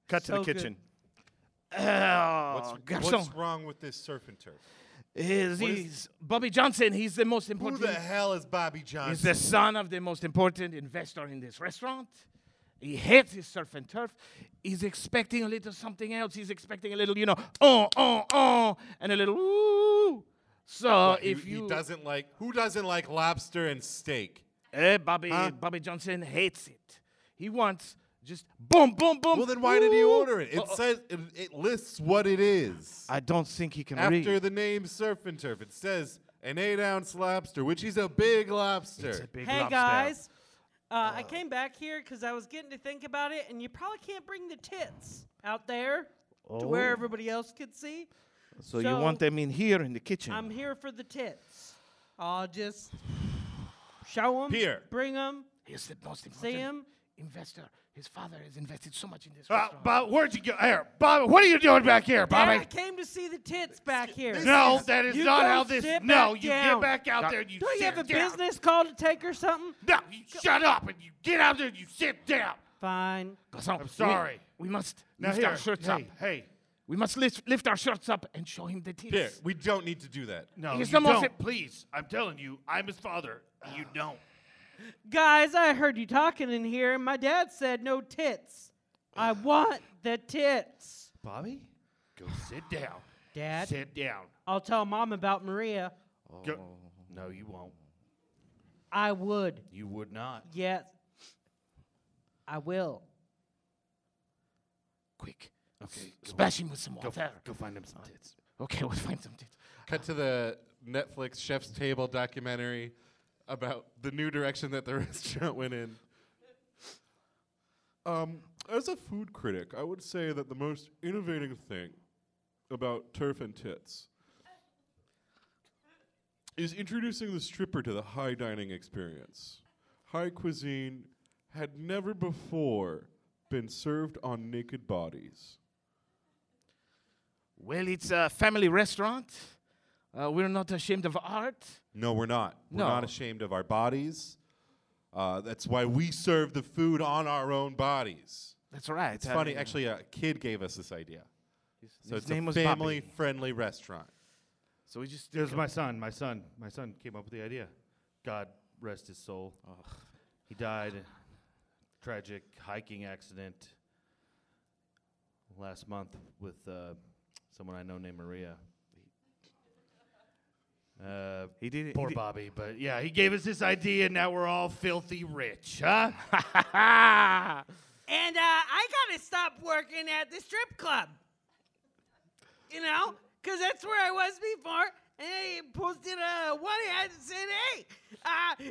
Speaker 3: Cut
Speaker 4: So good.
Speaker 2: What's,
Speaker 3: Oh, garçon.
Speaker 2: what's wrong with this surf and turf?
Speaker 3: Is- he's Bobby Johnson. He's the most
Speaker 2: Who
Speaker 3: important.
Speaker 2: the hell is Bobby
Speaker 3: He's
Speaker 2: Johnson?
Speaker 3: the son of the most important investor in this restaurant. He hates his surf and turf. He's expecting a little something else. He's expecting a little, you know, oh, oh, oh, and a little ooh. So
Speaker 2: He-
Speaker 3: if you,
Speaker 2: he doesn't like who doesn't like lobster and steak?
Speaker 3: Eh, Bobby,
Speaker 2: Huh?
Speaker 3: Bobby Johnson hates it. He wants just boom, boom, boom.
Speaker 2: Well, then why did he
Speaker 3: ooh.
Speaker 2: order it? It
Speaker 3: Uh-oh.
Speaker 2: says it, it lists what it is
Speaker 3: Uh-uh. I don't think he can read.
Speaker 2: after the name surf and turf. It says an eight-ounce lobster, which he's a big lobster.
Speaker 3: It's a big
Speaker 4: Hey
Speaker 3: lobster.
Speaker 4: guys, uh, I came back here because I was getting to think about it, and you probably can't bring the tits out there to where
Speaker 3: Oh.
Speaker 4: everybody else could see.
Speaker 3: So, you want
Speaker 4: so
Speaker 3: them in here in the kitchen?
Speaker 4: I'm here for the tits. I'll just show them,
Speaker 2: Here.
Speaker 4: bring them,
Speaker 3: He's the most important
Speaker 4: see them.
Speaker 3: investor. His father has invested so much in this
Speaker 1: Uh,
Speaker 3: restaurant.
Speaker 1: Bob, where'd you go? Here, Bobby. What are you doing back here, Bobby?
Speaker 4: I came to see the tits back here.
Speaker 1: no, that is
Speaker 4: You
Speaker 1: not
Speaker 4: go
Speaker 1: how this.
Speaker 4: sit
Speaker 1: No,
Speaker 4: back
Speaker 1: you
Speaker 4: down.
Speaker 1: get back out
Speaker 3: Doc-
Speaker 1: there. And you
Speaker 4: Don't
Speaker 1: sit
Speaker 4: you have a
Speaker 1: down.
Speaker 4: business call to take or something?
Speaker 1: No, you shut up and you get out there and you sit down.
Speaker 4: Fine.
Speaker 3: Garçon, oh, we-
Speaker 1: sorry.
Speaker 3: We, must
Speaker 1: Now
Speaker 3: lift
Speaker 1: here,
Speaker 3: our shirts
Speaker 1: hey,
Speaker 3: up.
Speaker 1: hey.
Speaker 3: We must lift, lift our shirts up and show him the tits.
Speaker 2: Here, we don't need to do that.
Speaker 1: No,
Speaker 3: He's
Speaker 1: you
Speaker 3: the most
Speaker 1: don't.
Speaker 3: im-
Speaker 1: Please, I'm telling you, I'm his father. You don't.
Speaker 4: Guys, I heard you talking in here, and my dad said no tits. I want the tits.
Speaker 1: Bobby, go sit down.
Speaker 4: Dad?
Speaker 1: sit down.
Speaker 4: I'll tell mom about Maria.
Speaker 1: Go. No, you won't.
Speaker 4: I would.
Speaker 1: You would not.
Speaker 4: Yes. I will.
Speaker 3: Quick.
Speaker 1: Okay, go-
Speaker 3: Splash him with some
Speaker 1: Go,
Speaker 3: water.
Speaker 1: go find him some tits.
Speaker 3: Okay, we'll find some tits.
Speaker 2: Cut to the Netflix Chef's Table documentary about the new direction that the restaurant went in. Um, as a food critic, I would say that the most innovative thing about turf and tits is introducing the stripper to the high dining experience. High cuisine had never before been served on naked bodies.
Speaker 3: Well, it's a family restaurant. Uh, we're not ashamed of art.
Speaker 2: No, we're not. We're
Speaker 3: No.
Speaker 2: not ashamed of our bodies. Uh, that's why we serve the food on our own bodies.
Speaker 3: That's right.
Speaker 2: It's funny, actually, a kid gave us this idea. So
Speaker 3: his
Speaker 2: it's
Speaker 3: name
Speaker 2: a
Speaker 3: was Bobby.
Speaker 2: family-friendly restaurant.
Speaker 3: So we just.
Speaker 1: It was my son. My son. My son came up with the idea. God rest his soul. He died in a tragic hiking accident last month with uh, someone I know named Maria. Uh,
Speaker 3: He did it.
Speaker 1: poor
Speaker 3: he did-
Speaker 1: Bobby, but yeah, he gave us this idea, and now we're all filthy rich, huh?
Speaker 4: And uh, I got to stop working at the strip club. You know? Because that's where I was before, and he posted a one ad and said, "Hey, uh,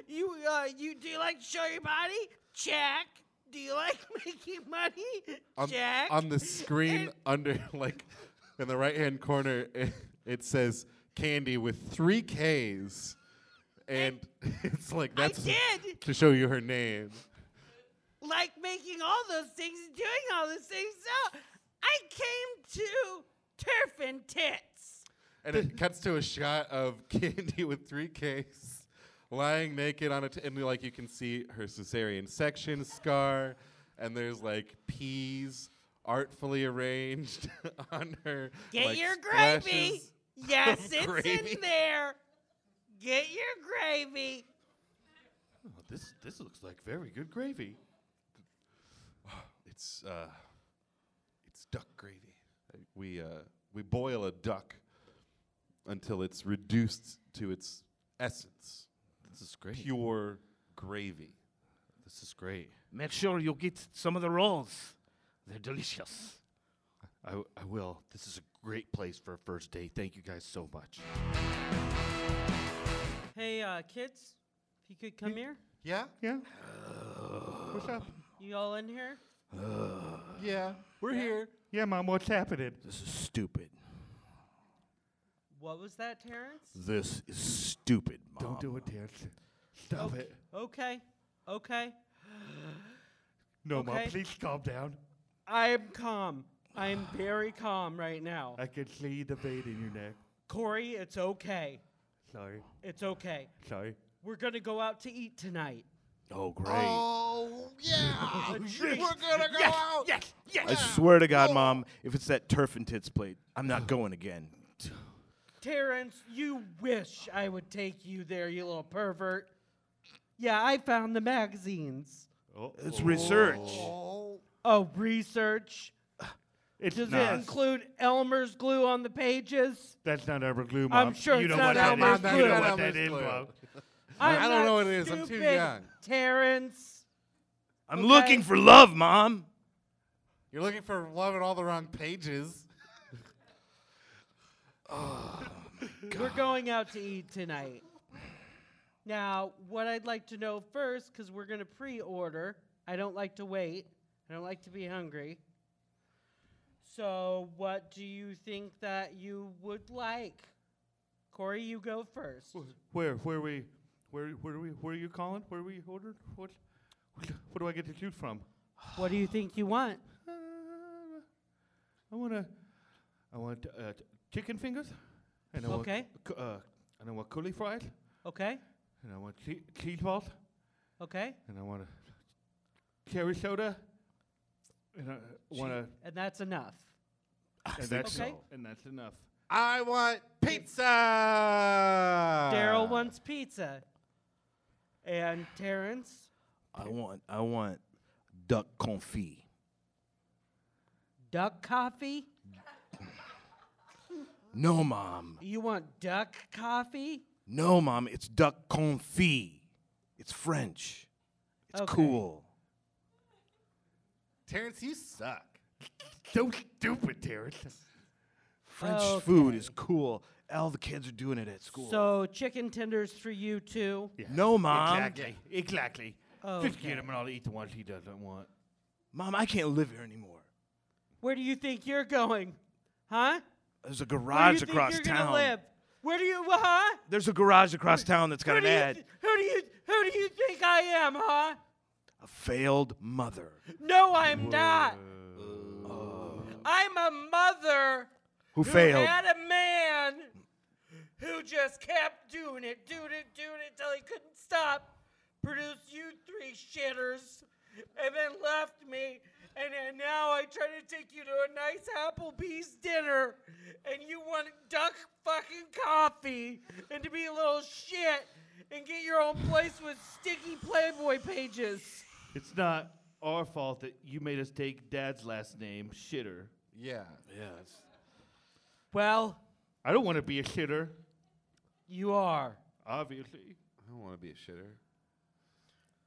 Speaker 4: you, uh, you do you like to show your body? Check. Do you like making money?
Speaker 2: on,
Speaker 4: Check."
Speaker 2: on the screen
Speaker 4: And-
Speaker 2: under like in the right hand corner it, it says candy with three k's and it's like
Speaker 4: I
Speaker 2: that's
Speaker 4: did.
Speaker 2: to show you her name
Speaker 4: like making all those things and doing all those things. So I came to turf and tits.
Speaker 2: and it cuts to a shot of candy with three k's lying naked on a t- and like you can see her cesarean section scar and there's like peas artfully arranged on her
Speaker 4: Get
Speaker 2: like,
Speaker 4: your gravy.
Speaker 2: splashes.
Speaker 4: Yes,
Speaker 2: of
Speaker 4: it's
Speaker 2: gravy.
Speaker 4: in there. Get your gravy.
Speaker 2: Oh, this this looks like very good gravy. It's uh, it's duck gravy. Uh, We uh, we boil a duck until it's reduced to its essence,
Speaker 1: This is great.
Speaker 2: pure gravy.
Speaker 1: This is great.
Speaker 3: Make sure you get some of the rolls. They're delicious.
Speaker 1: I, w- I will. This is a great place for a first date. Thank you guys so much.
Speaker 4: Hey, uh, kids, if you could come here.
Speaker 2: Yeah, yeah. What's up?
Speaker 4: You all in here?
Speaker 2: Yeah, we're here.
Speaker 5: Yeah, Mom, what's happening?
Speaker 1: This is stupid.
Speaker 4: What was that, Terrence?
Speaker 1: This is stupid, Mom.
Speaker 5: Don't do it, Terrence. Stop it.
Speaker 4: Okay. Okay.
Speaker 5: No, Mom,
Speaker 4: okay.
Speaker 5: please calm down.
Speaker 4: I'm calm. I'm very calm right now.
Speaker 5: I can see the vein in your neck.
Speaker 4: Corey, it's okay.
Speaker 5: Sorry,
Speaker 4: It's okay.
Speaker 5: sorry.
Speaker 4: We're going to go out to eat tonight.
Speaker 1: Oh, great.
Speaker 2: Oh yeah, we're gonna go out.
Speaker 5: Yes, yes.
Speaker 6: I swear to God, Mom, um, if it's that turf and tits plate, I'm not going again.
Speaker 4: Terrence, you wish I would take you there, you little pervert. Yeah, I found the magazines.
Speaker 6: It's research.
Speaker 4: Oh, research.
Speaker 5: It's
Speaker 4: Does
Speaker 5: not.
Speaker 4: it include Elmer's glue on the pages?
Speaker 5: That's not Elmer Glue, Mom.
Speaker 4: I'm sure
Speaker 5: you
Speaker 4: it's
Speaker 5: know
Speaker 4: not
Speaker 5: what that
Speaker 4: Elmer's
Speaker 5: is.
Speaker 4: glue.
Speaker 5: You know
Speaker 4: Not
Speaker 5: what that
Speaker 2: Elmer's
Speaker 5: is,
Speaker 2: glue.
Speaker 5: Mom.
Speaker 4: I'm
Speaker 2: I don't
Speaker 4: not
Speaker 2: know what it is. I'm too
Speaker 4: stupid,
Speaker 2: young.
Speaker 4: Terrence.
Speaker 6: I'm
Speaker 4: Okay.
Speaker 6: looking for love, Mom.
Speaker 2: You're looking for love in all the wrong pages.
Speaker 4: We're going out to eat tonight. Now, what I'd like to know first, because we're going to pre order, I don't like to wait, I don't like to be hungry. So, what do you think that you would like? Corey, you go first.
Speaker 5: Where, where we, where, where we, where are you calling? Where we ordered? What, what, what do I get to choose from?
Speaker 4: What do you think you want?
Speaker 5: Uh, I want to, I want uh, t- chicken fingers, and I want
Speaker 4: Okay.
Speaker 5: cu- uh, and I want curly fries,
Speaker 4: Okay,
Speaker 5: and I want che- cheese balls,
Speaker 4: okay.
Speaker 5: and I want a cherry soda, and I want a
Speaker 4: And that's enough.
Speaker 5: and that's
Speaker 4: Okay.
Speaker 5: and that's enough.
Speaker 2: I want pizza.
Speaker 4: Daryl wants pizza. And Terrence,
Speaker 6: I want, I want duck confit.
Speaker 4: duck coffee?
Speaker 6: No, Mom.
Speaker 4: You want duck coffee?
Speaker 6: No, Mom. It's duck confit. It's French. It's
Speaker 4: Okay.
Speaker 6: cool.
Speaker 2: Terrence, you suck.
Speaker 5: So stupid, Terrence.
Speaker 6: French food is cool. All the kids are doing it at school.
Speaker 4: Oh, So chicken tenders for you too.
Speaker 6: no, Mom.
Speaker 5: Exactly, exactly. Just
Speaker 4: Okay.
Speaker 5: get him and I'll eat the ones he doesn't want.
Speaker 6: Mom, I can't live here anymore.
Speaker 4: Where do you think you're going? Huh?
Speaker 6: There's a
Speaker 4: Where do you
Speaker 6: garage
Speaker 4: think
Speaker 6: across
Speaker 4: you're
Speaker 6: town.
Speaker 4: gonna live? Where do you? wha- Huh?
Speaker 6: There's a garage across town that's got
Speaker 4: Who
Speaker 6: an
Speaker 4: do, you
Speaker 6: ad.
Speaker 4: th- who do you? Who do you think I am? Huh?
Speaker 6: a failed mother.
Speaker 4: No, I'm not. I'm a mother
Speaker 6: Who
Speaker 4: who
Speaker 6: failed?
Speaker 4: had a man who just kept doing it, doing it, doing it till he couldn't stop. Produced you three shitters, and then left me. And then now I try to take you to a nice Applebee's dinner, and you want duck fucking coffee, and to be a little shit, and get your own place with sticky Playboy pages.
Speaker 1: It's not our fault that you made us take Dad's last name, Shitter.
Speaker 2: Yeah.
Speaker 4: Well,
Speaker 1: I don't want to be a shitter,
Speaker 4: you are.
Speaker 1: obviously.
Speaker 2: I don't want to be a shitter.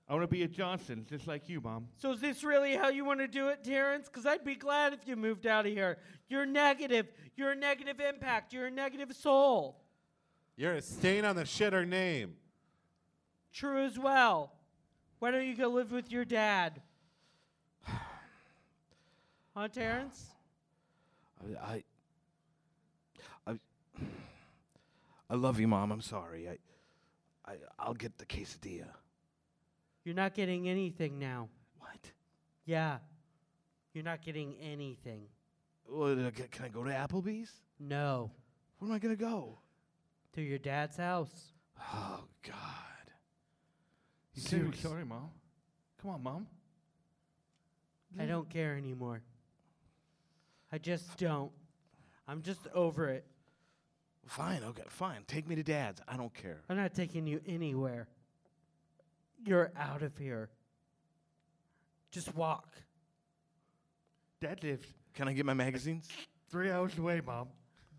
Speaker 1: I want to be a Johnson, just like you, Mom.
Speaker 4: So is this really how you want to do it, Terrence? Because I'd be glad if you moved out of here. You're negative. You're a negative impact. You're a negative soul.
Speaker 2: You're a stain on the shitter name.
Speaker 4: True as well. Why don't you go live with your dad? Huh, Terrence?
Speaker 6: I, I, I, I love you, Mom. I'm sorry. I, I, I'll get the quesadilla.
Speaker 4: You're not getting anything now.
Speaker 6: What?
Speaker 4: Yeah. You're not getting anything.
Speaker 6: Well, uh, ca- can I go to Applebee's?
Speaker 4: No.
Speaker 6: Where am I gonna go?
Speaker 4: To your dad's house.
Speaker 6: Oh God.
Speaker 5: You said you were
Speaker 6: Serious.
Speaker 5: sorry, Mom. Come on, Mom.
Speaker 4: I don't care anymore. I just don't. I'm just over it.
Speaker 6: Fine. Okay. Fine. Take me to Dad's. I don't care.
Speaker 4: I'm not taking you anywhere. You're out of here. Just walk.
Speaker 5: Dad lived
Speaker 6: Can I get my magazines?
Speaker 5: three hours away, Mom.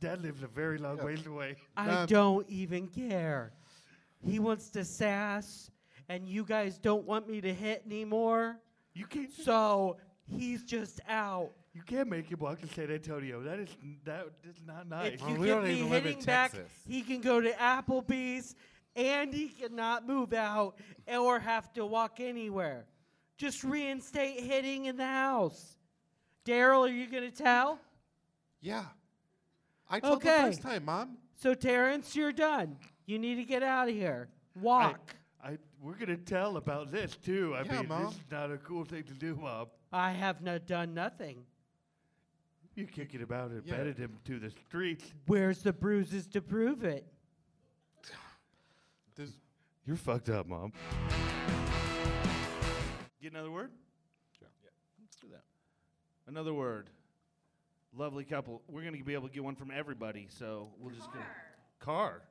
Speaker 5: Dad lived a very long ways away.
Speaker 4: I
Speaker 2: Um,
Speaker 4: don't even care. He wants to sass, and you guys don't want me to hit anymore.
Speaker 5: You can't.
Speaker 4: So he's just out.
Speaker 5: You can't make him walk to San Antonio. That is n- that is not nice.
Speaker 4: If you
Speaker 2: Well, we
Speaker 4: get
Speaker 2: don't
Speaker 4: me
Speaker 2: even live in
Speaker 4: hitting back,
Speaker 2: Texas.
Speaker 4: he can go to Applebee's, and he cannot move out or have to walk anywhere. Just reinstate hitting in the house. Daryl, are you gonna tell?
Speaker 2: Yeah. I told the
Speaker 4: Okay.
Speaker 2: first time, Mom.
Speaker 4: So Terrence, you're done. You need to get out of here. Walk.
Speaker 5: I we're gonna tell about this too. I
Speaker 2: Yeah,
Speaker 5: mean,
Speaker 2: Mom.
Speaker 5: this is not a cool thing to do, Mom.
Speaker 4: I, have not done nothing.
Speaker 5: You're kicking him out and
Speaker 2: Yeah.
Speaker 5: batted him to the streets.
Speaker 4: Where's the bruises to prove it?
Speaker 2: Does,
Speaker 5: You're fucked up, Mom.
Speaker 1: Get another word? Let's do that. Another word. Lovely couple. We're going to be able to get one from everybody, so we'll just go. Car.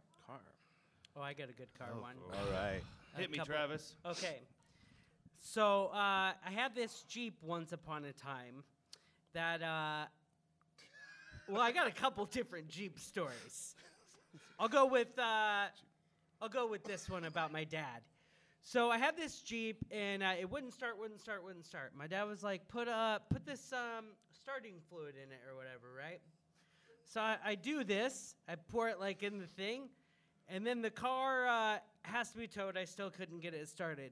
Speaker 4: Oh, I got a good card one.
Speaker 2: all right.
Speaker 4: A
Speaker 1: Hit me,
Speaker 4: couple-
Speaker 1: Travis.
Speaker 4: Okay. So uh, I had this Jeep once upon a time that, uh, well, I got a couple different Jeep stories. I'll go with uh, I'll go with this one about my dad. So I had this Jeep and uh, it wouldn't start, wouldn't start, wouldn't start. My dad was like, "Put uh, put this um, starting fluid in it or whatever, right?" So I, I do this. I pour it like in the thing, and then the car uh, has to be towed. I still couldn't get it started.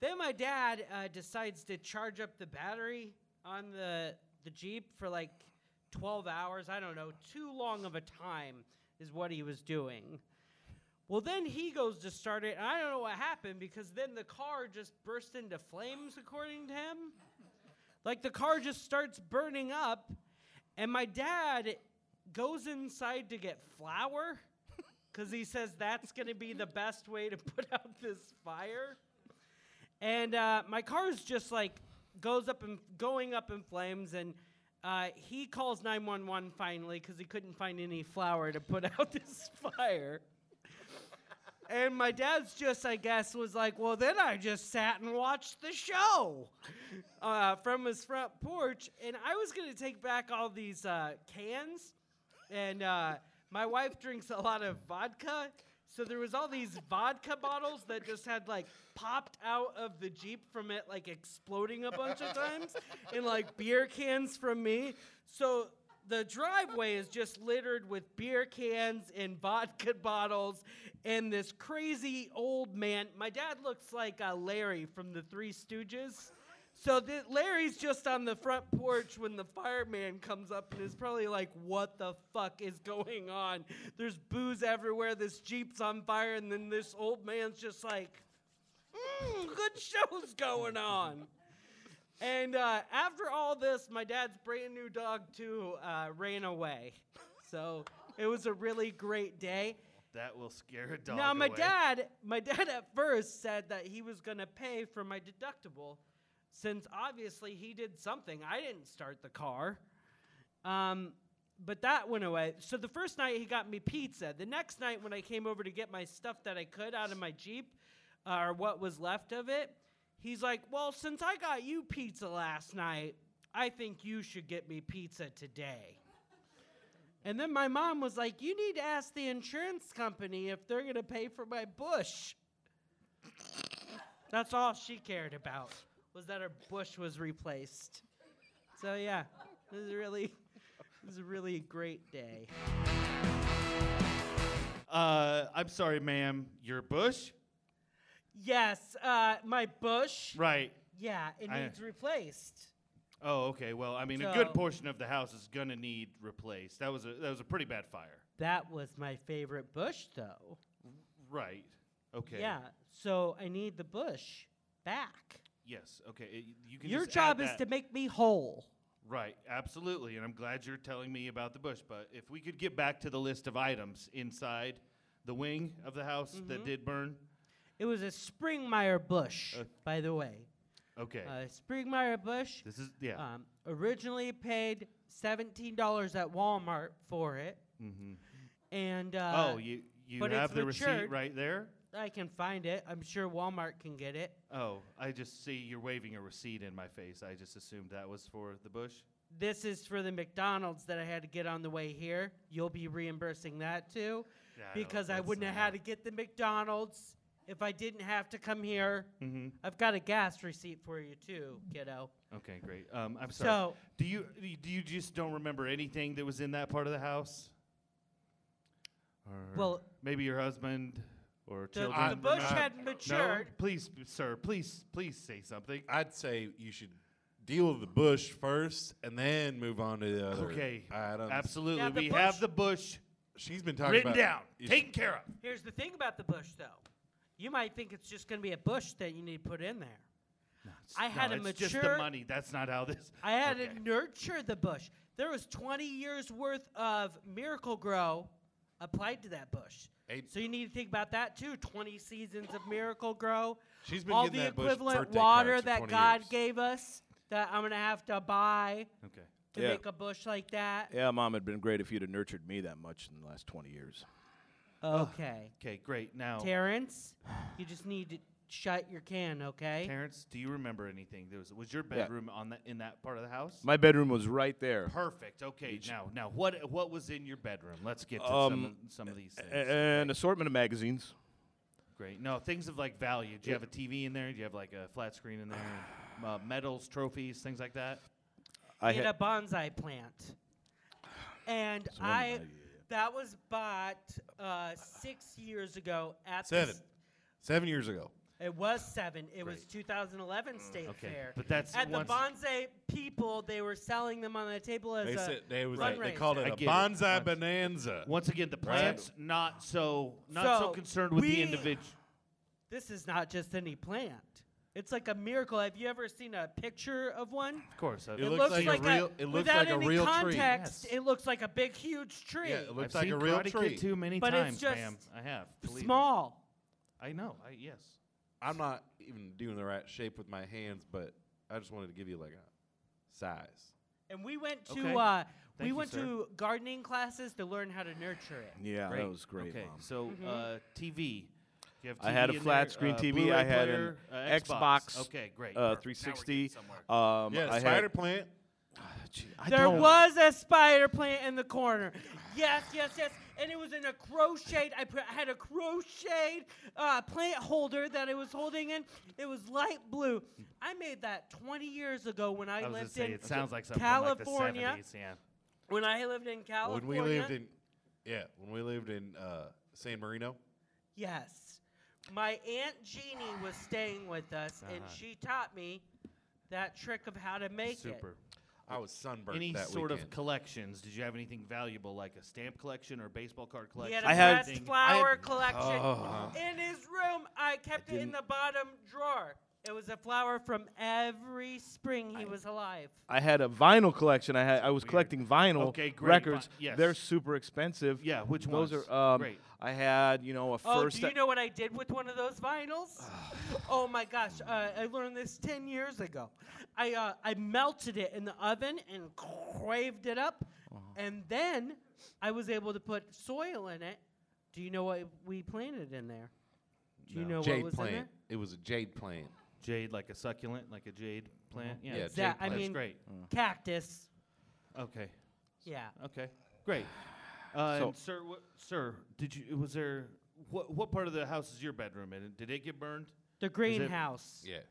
Speaker 4: Then my dad uh, decides to charge up the battery on the the Jeep for like 12 hours. I don't know. Too long of a time is what he was doing. Well, then he goes to start it, and I don't know what happened because then the car just burst into flames, according to him. Like the car just starts burning up, and my dad goes inside to get flour because he says that's going to be the best way to put out this fire. And uh, my car's just like goes up and going up in flames, and uh, he calls 911 finally because he couldn't find any flour to put out this fire. And my dad's just, I guess, was like, well, then I just sat and watched the show uh, from his front porch. And I was going to take back all these uh, cans. And uh, my wife drinks a lot of vodka. So there was all these vodka bottles that just had like popped out of the Jeep from it, like exploding a bunch of times, and like beer cans from me. So the driveway is just littered with beer cans and vodka bottles and this crazy old man. My dad looks like uh, Larry from the Three Stooges. So th- Larry's just on the front porch when the fireman comes up and is probably like, "What the fuck is going on?" There's booze everywhere. This jeep's on fire, and then this old man's just like, mm, "Good show's going on." And uh, after all this, my dad's brand new dog too uh, ran away. So it was a really great day.
Speaker 5: That will scare a dog.
Speaker 4: Now my
Speaker 5: away.
Speaker 4: dad, my dad at first said that he was gonna pay for my deductible, since obviously he did something. I didn't start the car, um, but that went away. So the first night he got me pizza. The next night when I came over to get my stuff that I could out of my jeep, uh, or what was left of it, he's like, "Well, since I got you pizza last night, I think you should get me pizza today." And then my mom was like, You need to ask the insurance company if they're going to pay for my bush. That's all she cared about was that her bush was replaced. So, yeah, it was a really, it was a really great day.
Speaker 1: Uh, I'm sorry, ma'am. Your bush?
Speaker 4: Yes, uh, my bush.
Speaker 1: Right.
Speaker 4: Yeah, it
Speaker 1: I-
Speaker 4: needs replaced.
Speaker 1: Oh, okay. Well, I mean, a good
Speaker 4: So-
Speaker 1: portion of the house is gonna need replaced. That was a that was a pretty bad fire.
Speaker 4: That was my favorite bush, though.
Speaker 1: Right. Okay.
Speaker 4: Yeah, so I need the bush back.
Speaker 1: Yes. Okay. it- you can.
Speaker 4: Your
Speaker 1: just
Speaker 4: job
Speaker 1: add
Speaker 4: is
Speaker 1: that.
Speaker 4: to make me whole.
Speaker 1: Right, absolutely. And I'm glad you're telling me about the bush. But if we could get back to the list of items inside the wing of the house
Speaker 4: Mm-hmm.
Speaker 1: that did burn.
Speaker 4: It was a Springmeyer bush, by the way.
Speaker 1: Uh, Okay.
Speaker 4: Uh, Springmeyer bush.
Speaker 1: this is, yeah.
Speaker 4: Um, originally paid seventeen dollars at Walmart for it, and uh,
Speaker 1: Mm-hmm. oh, you, you
Speaker 4: but it's
Speaker 1: have the receipt
Speaker 4: matured.
Speaker 1: right there?
Speaker 4: I can find it. I'm sure Walmart can get it.
Speaker 1: Oh, I just see you're waving a receipt in my face. I just assumed that was for the bush.
Speaker 4: This is for the McDonald's that I had to get on the way here. You'll be reimbursing that too,
Speaker 1: Yeah, I don't-
Speaker 4: because I
Speaker 1: that's
Speaker 4: wouldn't have
Speaker 1: not-
Speaker 4: had to get the McDonald's if I didn't have to come here.
Speaker 1: Mm-hmm.
Speaker 4: I've got a gas receipt for you too, kiddo.
Speaker 1: Okay, great. Um, I'm sorry.
Speaker 4: So-
Speaker 1: do you do you just don't remember anything that was in that part of the house? Or
Speaker 4: Well-
Speaker 1: maybe your husband or
Speaker 4: The,
Speaker 1: children.
Speaker 4: the bush
Speaker 2: not-
Speaker 4: had matured.
Speaker 1: No, please, sir, please, please say something.
Speaker 2: I'd say you should deal with the bush first and then move on to the other
Speaker 1: Okay,
Speaker 2: items.
Speaker 6: Um,
Speaker 1: absolutely.
Speaker 4: Yeah, the
Speaker 1: we
Speaker 4: bush-
Speaker 1: have the bush
Speaker 2: She's been talking
Speaker 1: written
Speaker 2: about
Speaker 1: down,
Speaker 2: you
Speaker 1: taken
Speaker 2: should-
Speaker 1: care of.
Speaker 4: Here's the thing about the bush, though. You might think it's just going to be a bush that you need to put in there. I had
Speaker 1: no,
Speaker 4: to
Speaker 1: it's just the
Speaker 4: mature-
Speaker 1: money. That's not how this.
Speaker 4: I had
Speaker 1: Okay.
Speaker 4: to nurture the bush. There was 20 years worth of Miracle Grow applied to that bush.
Speaker 2: Eight-
Speaker 4: So you need to think about that too. 20 seasons of Miracle Grow.
Speaker 2: She's been
Speaker 4: all
Speaker 2: getting
Speaker 4: the
Speaker 2: that bush
Speaker 4: equivalent
Speaker 2: birthday
Speaker 4: water
Speaker 2: cards for
Speaker 4: that
Speaker 2: 20
Speaker 4: God
Speaker 2: years.
Speaker 4: gave us that I'm gonna have to buy
Speaker 1: Okay.
Speaker 4: to
Speaker 6: Yeah.
Speaker 4: make a bush like that.
Speaker 6: Yeah, Mom, it'd been great if you'd have nurtured me that much in the last 20 years.
Speaker 4: Okay,
Speaker 1: Okay. Great. Now,
Speaker 4: Terrence, you just need to shut your can, okay?
Speaker 1: Terrence, do you remember anything? There was was your bedroom on that in that part of the house?
Speaker 6: My bedroom was right there.
Speaker 1: Perfect. Okay. Now, now, what what was in your bedroom? Let's get to some
Speaker 6: Um,
Speaker 1: of, some of these
Speaker 6: A-
Speaker 1: things.
Speaker 6: An assortment of magazines.
Speaker 1: Great. No, things of like value. Do you have a TV in there? Do you have like a flat screen in there? uh, medals, trophies, things like that.
Speaker 6: I
Speaker 4: in
Speaker 6: had
Speaker 4: a bonsai plant. And
Speaker 6: one
Speaker 4: I,
Speaker 6: idea, yeah.
Speaker 4: that was bought uh, six years ago at the
Speaker 2: Seven.
Speaker 4: s-
Speaker 2: Seven years ago.
Speaker 4: it was seven. It was 2011 State
Speaker 1: Okay,
Speaker 4: Fair.
Speaker 1: but that's
Speaker 4: at the
Speaker 1: once-
Speaker 4: bonsai people. They were selling them on the table as
Speaker 2: They
Speaker 4: a
Speaker 2: said they was like,
Speaker 4: fundraiser.
Speaker 2: they called it
Speaker 1: I
Speaker 2: a
Speaker 1: get it.
Speaker 2: bonsai
Speaker 1: Once-
Speaker 2: bonanza.
Speaker 1: Once again, the plants not so not so,
Speaker 4: So,
Speaker 1: concerned with the
Speaker 4: we-
Speaker 1: individual.
Speaker 4: This is not just any plant. It's like a miracle. Have you ever seen a picture of one?
Speaker 1: Of course, I've,
Speaker 2: It
Speaker 4: It
Speaker 2: looks
Speaker 4: looks,
Speaker 2: like a real- it looks
Speaker 4: without
Speaker 2: like a
Speaker 4: any
Speaker 2: real tree.
Speaker 4: context,
Speaker 1: Yes.
Speaker 4: it looks like a big, huge tree.
Speaker 2: Yeah, it looks
Speaker 1: I've
Speaker 2: like a
Speaker 1: seen
Speaker 2: real
Speaker 1: Karate Kid
Speaker 2: tree.
Speaker 1: too many
Speaker 4: But it's
Speaker 1: times,
Speaker 4: just
Speaker 1: ma'am. I have. believe me.
Speaker 4: small.
Speaker 1: I know. I yes.
Speaker 2: I'm not even doing the right shape with my hands, but I just wanted to give you like a size.
Speaker 4: And we went to
Speaker 1: Okay.
Speaker 4: uh,
Speaker 1: Thank
Speaker 4: we
Speaker 1: you,
Speaker 4: went
Speaker 1: sir.
Speaker 4: to gardening classes to learn how to nurture it.
Speaker 6: Yeah, that was great,
Speaker 1: Okay,
Speaker 6: Mom.
Speaker 1: so
Speaker 4: Mm-hmm.
Speaker 1: uh, TV. You have TV
Speaker 6: I had a
Speaker 1: in
Speaker 6: flat
Speaker 1: there,
Speaker 6: screen
Speaker 1: uh,
Speaker 6: TV,
Speaker 1: Blu-ray
Speaker 6: I had
Speaker 1: player,
Speaker 6: an
Speaker 1: uh, Xbox.
Speaker 6: Xbox,
Speaker 1: Okay,
Speaker 6: Uh,
Speaker 1: great. perfect. Now we're getting
Speaker 6: 360.
Speaker 1: somewhere.
Speaker 6: Um,
Speaker 2: Yeah,
Speaker 6: I
Speaker 2: spider
Speaker 6: had,
Speaker 2: plant.
Speaker 6: Gee, I
Speaker 4: There
Speaker 6: don't-
Speaker 4: was a spider plant in the corner. Yes, yes, yes. And it was in a crocheted. I, put, I had a crocheted uh, plant holder that I was holding in. It was light blue. I made that 20 years ago when
Speaker 1: I
Speaker 4: I,
Speaker 1: was gonna
Speaker 4: lived
Speaker 1: say
Speaker 4: in
Speaker 1: it sounds like something
Speaker 4: California.
Speaker 1: Like the 70s, yeah.
Speaker 4: when I lived in California.
Speaker 2: When we lived in, yeah, when we lived in uh, San Marino,
Speaker 4: Yes. My Aunt Jeannie was staying with us, and
Speaker 1: Uh-huh.
Speaker 4: she taught me that trick of how to make it.
Speaker 1: Super.
Speaker 2: I was sunburned
Speaker 1: Any
Speaker 2: that
Speaker 1: sort
Speaker 2: weekend.
Speaker 1: of collections? Did you have anything valuable, like a stamp collection or a baseball card
Speaker 4: He
Speaker 1: collection?
Speaker 4: had a
Speaker 6: I had- Oh.
Speaker 4: pressed flower collection in his room. I kept it in
Speaker 6: didn't-
Speaker 4: the bottom drawer. It was a flower from every spring he was alive.
Speaker 6: I had a vinyl collection. I had I was collecting vinyl
Speaker 1: Okay, great,
Speaker 6: records.
Speaker 1: vi- yes.
Speaker 6: They're super expensive.
Speaker 1: Yeah, which
Speaker 6: Those
Speaker 1: ones?
Speaker 6: are um,
Speaker 1: Great.
Speaker 6: I had, you know, a
Speaker 4: Oh,
Speaker 6: first e
Speaker 4: do you know what I did with one of those vinyls? oh my gosh, uh, I learned this ten years ago. I uh, I melted it in the oven and craved it up, and then I was able to put soil in it. Do you know what we planted in there? Do you know what
Speaker 2: jade
Speaker 4: was in
Speaker 2: plant.
Speaker 4: there?
Speaker 2: It was a jade plant.
Speaker 1: jade, like a succulent, like a jade plant. Yeah,
Speaker 2: Yeah,
Speaker 1: it's-
Speaker 2: jade
Speaker 4: That, I
Speaker 2: plant.
Speaker 1: that's
Speaker 4: mean,
Speaker 1: great.
Speaker 4: cactus.
Speaker 1: Okay,
Speaker 4: Yeah.
Speaker 1: okay, great. Uh,
Speaker 6: So-
Speaker 1: and sir, wha- sir, did you? Was there? What what part of the house is your bedroom in? Did it get burned?
Speaker 4: The greenhouse.
Speaker 2: Yeah,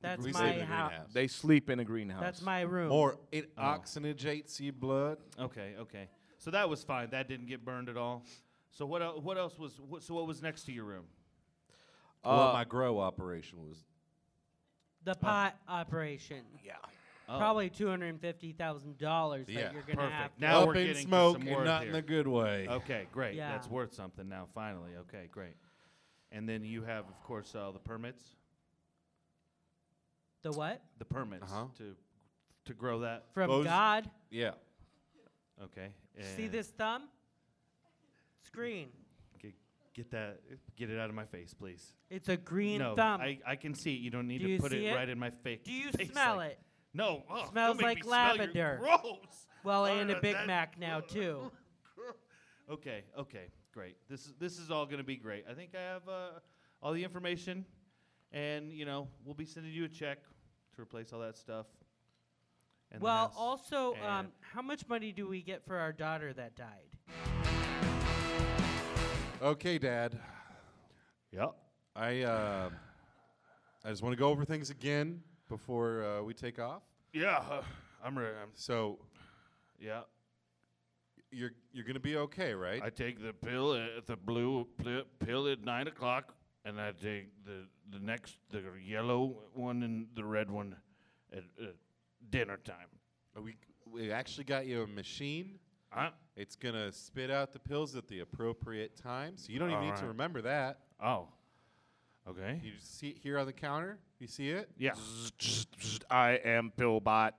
Speaker 4: That's
Speaker 2: we
Speaker 4: my
Speaker 2: in the
Speaker 4: house. Oh.
Speaker 2: greenhouse.
Speaker 6: they sleep in a greenhouse.
Speaker 4: That's my room.
Speaker 2: Or it oxygenates your blood.
Speaker 1: Okay, okay. So that was fine. That didn't get burned at all. So what? el- What else was? What, so what was next to your room?
Speaker 2: well, my grow operation was.
Speaker 4: The pot operation. Yeah.
Speaker 1: Oh.
Speaker 4: Probably two hundred and fifty thousand dollars that
Speaker 2: Yeah,
Speaker 4: you're gonna
Speaker 1: perfect.
Speaker 4: have. to-
Speaker 1: Now
Speaker 2: up
Speaker 1: we're
Speaker 2: in
Speaker 1: getting to
Speaker 2: smoke
Speaker 1: some
Speaker 2: and
Speaker 1: words
Speaker 2: not in
Speaker 1: here.
Speaker 2: the good way.
Speaker 1: Okay, great.
Speaker 4: Yeah.
Speaker 1: That's worth something now. Finally. Okay, great. And then you have, of course, uh, the permits.
Speaker 4: the what?
Speaker 1: The permits
Speaker 2: Uh-huh.
Speaker 1: to to grow that.
Speaker 4: From
Speaker 2: Those-
Speaker 4: God.
Speaker 2: Yeah.
Speaker 1: Okay.
Speaker 4: See
Speaker 1: and
Speaker 4: this thumb? It's green.
Speaker 1: Get, get that. Get it out of my face, please.
Speaker 4: It's a green
Speaker 1: no,
Speaker 4: thumb.
Speaker 1: I, I can see it. You don't need
Speaker 4: Do
Speaker 1: to
Speaker 4: you
Speaker 1: put it,
Speaker 4: see it?
Speaker 1: right in my fa- face.
Speaker 4: Do you smell
Speaker 1: like-
Speaker 4: it?
Speaker 1: No. Oh, don't
Speaker 4: Smells
Speaker 1: make me
Speaker 4: like
Speaker 1: smell your
Speaker 4: lavender.
Speaker 1: Gross.
Speaker 4: Well,
Speaker 1: Oh,
Speaker 4: and a
Speaker 1: no,
Speaker 4: Big
Speaker 1: that-
Speaker 4: Mac now too.
Speaker 1: Okay. Okay. Great. This is this is all going to be great. I think I have uh, all the information, and you know we'll be sending you a check to replace all that stuff. and the
Speaker 4: Well,
Speaker 1: house,
Speaker 4: also, um,
Speaker 1: and-
Speaker 4: how much money do we get for our daughter that died?
Speaker 2: Okay, Dad.
Speaker 1: Yep.
Speaker 2: I uh, I just want to go over things again before uh, we take off.
Speaker 1: Yeah. uh, I'm ready. I'm,
Speaker 2: So
Speaker 1: yeah.
Speaker 2: you're you're gonna be okay, right?
Speaker 1: I take the pill at the blue pli- pill at nine o'clock, and I take the the next the yellow one and the red one at, uh dinner time.
Speaker 2: we we actually got you a machine.
Speaker 1: Huh?
Speaker 2: It's gonna spit out the pills at the appropriate time, so you don't even need to
Speaker 1: Alright.
Speaker 2: remember that.
Speaker 1: Oh. Okay.
Speaker 2: You just see it here on the counter. You see it?
Speaker 1: Yeah.
Speaker 6: I am Pillbot.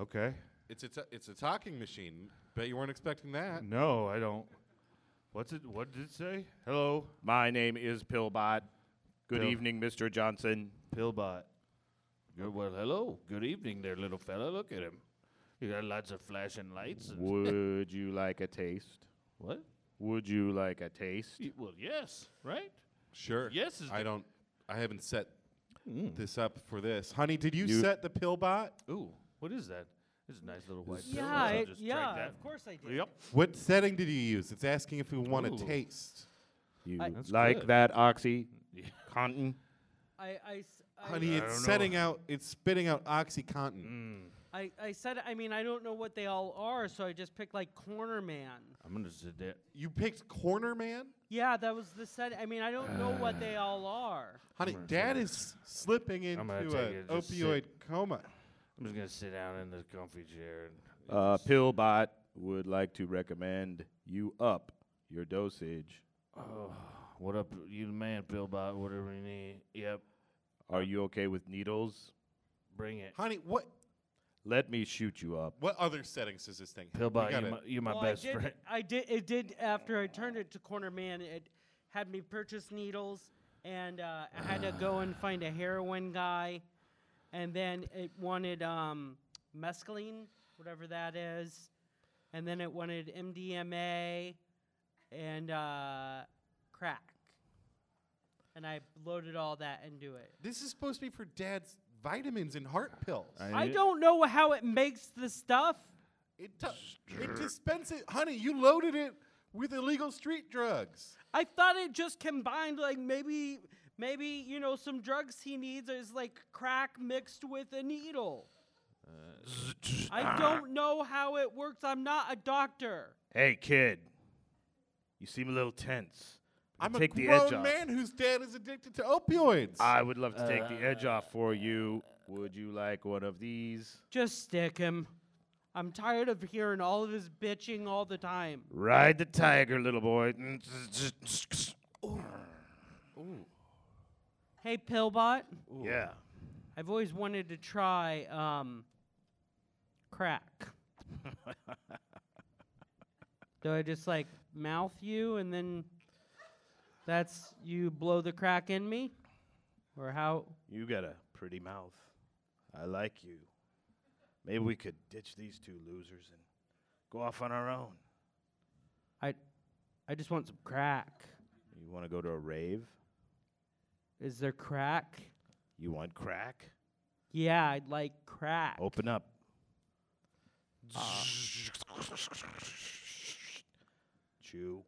Speaker 1: Okay.
Speaker 2: It's a t- it's a talking machine. Bet you weren't expecting that.
Speaker 1: No, I don't. What's it? What did it say? Hello,
Speaker 6: My name is Pillbot. Good
Speaker 1: Pill.
Speaker 6: evening, Mr. Johnson.
Speaker 1: Pillbot. Good, well, hello. Good evening, there, little fella. Look at him. You got lots of flashing lights. And
Speaker 6: Would you like a taste?
Speaker 1: what?
Speaker 6: Would you like a taste?
Speaker 1: Y- Well, yes, right.
Speaker 2: Sure.
Speaker 1: Yes is
Speaker 2: I
Speaker 1: the-
Speaker 2: don't. I haven't set this up for this, honey. Did you,
Speaker 6: You-
Speaker 2: set the pill bot?
Speaker 1: Ooh, what is that? It's a nice little white pill.
Speaker 4: yeah,
Speaker 1: I'll
Speaker 4: I-
Speaker 1: just drink
Speaker 4: yeah.
Speaker 1: that.
Speaker 4: Of course I did.
Speaker 1: Yep.
Speaker 2: What setting did you use? It's asking if we want
Speaker 1: Ooh.
Speaker 2: a taste.
Speaker 6: You
Speaker 4: I-
Speaker 1: That's
Speaker 6: like
Speaker 1: good.
Speaker 6: that oxy cotton?
Speaker 4: I, I s- I-
Speaker 2: Honey,
Speaker 1: I
Speaker 2: it's
Speaker 1: don't
Speaker 2: setting out. It's spitting out OxyContin.
Speaker 4: I, I said, I mean, I don't know what they all are, so I just picked like Corner Man.
Speaker 1: I'm gonna sit there.
Speaker 2: You picked Corner Man,
Speaker 4: Yeah, that was the set. I mean, I don't know what they all are.
Speaker 2: honey. Dad is slipping into
Speaker 1: I'm gonna take
Speaker 2: an
Speaker 1: it, just sit.
Speaker 2: opioid coma.
Speaker 1: I'm just gonna sit down in the comfy chair. And
Speaker 6: Uh, Pillbot would like to recommend you up your dosage.
Speaker 1: oh, what up, you the man, Pillbot? Whatever you need. Yep.
Speaker 6: Are you okay with needles?
Speaker 1: Bring it.
Speaker 2: Honey, what
Speaker 6: Let me shoot you up.
Speaker 2: what other settings does this thing? have?
Speaker 1: Pillbot, you
Speaker 2: gotta-
Speaker 1: my, you my
Speaker 4: well,
Speaker 1: best
Speaker 4: Oh, I did,
Speaker 1: friend.
Speaker 4: I did. It did after I turned it to Corner Man. It had me purchase needles, and uh, I had to go and find a heroin guy, and then it wanted um, mescaline, whatever that is, and then it wanted MDMA, and uh, crack, and I loaded all that into it.
Speaker 2: This is supposed to be for Dad's vitamins and heart pills.
Speaker 4: I don't know how it makes the stuff.
Speaker 2: It, t- it dispenses, honey. You loaded it with illegal street drugs.
Speaker 4: I thought it just combined like maybe maybe you know some drugs he needs is like crack mixed with a needle. I don't know how it works. I'm not a doctor.
Speaker 6: Hey, kid. You seem a little tense.
Speaker 2: I'm
Speaker 6: take
Speaker 2: a
Speaker 6: the
Speaker 2: grown
Speaker 6: edge off.
Speaker 2: man whose dad is addicted to opioids.
Speaker 6: I would love to take the
Speaker 1: Uh,
Speaker 6: edge off for you. Would you like one of these?
Speaker 4: Just stick him. I'm tired of hearing all of his bitching all the time.
Speaker 6: Ride the tiger, little boy. Mm,
Speaker 4: Hey, Pillbot,
Speaker 6: Yeah.
Speaker 4: I've always wanted to try um, crack. Do I just like mouth you and then that's you blow the crack in me? Or how?
Speaker 6: You got a pretty mouth. I like you. Maybe we could ditch these two losers and go off on our own.
Speaker 4: I I just want some crack.
Speaker 6: You want to go to a rave?
Speaker 4: Is there crack?
Speaker 6: You want crack?
Speaker 4: Yeah, I'd like crack.
Speaker 6: Open up. Chew.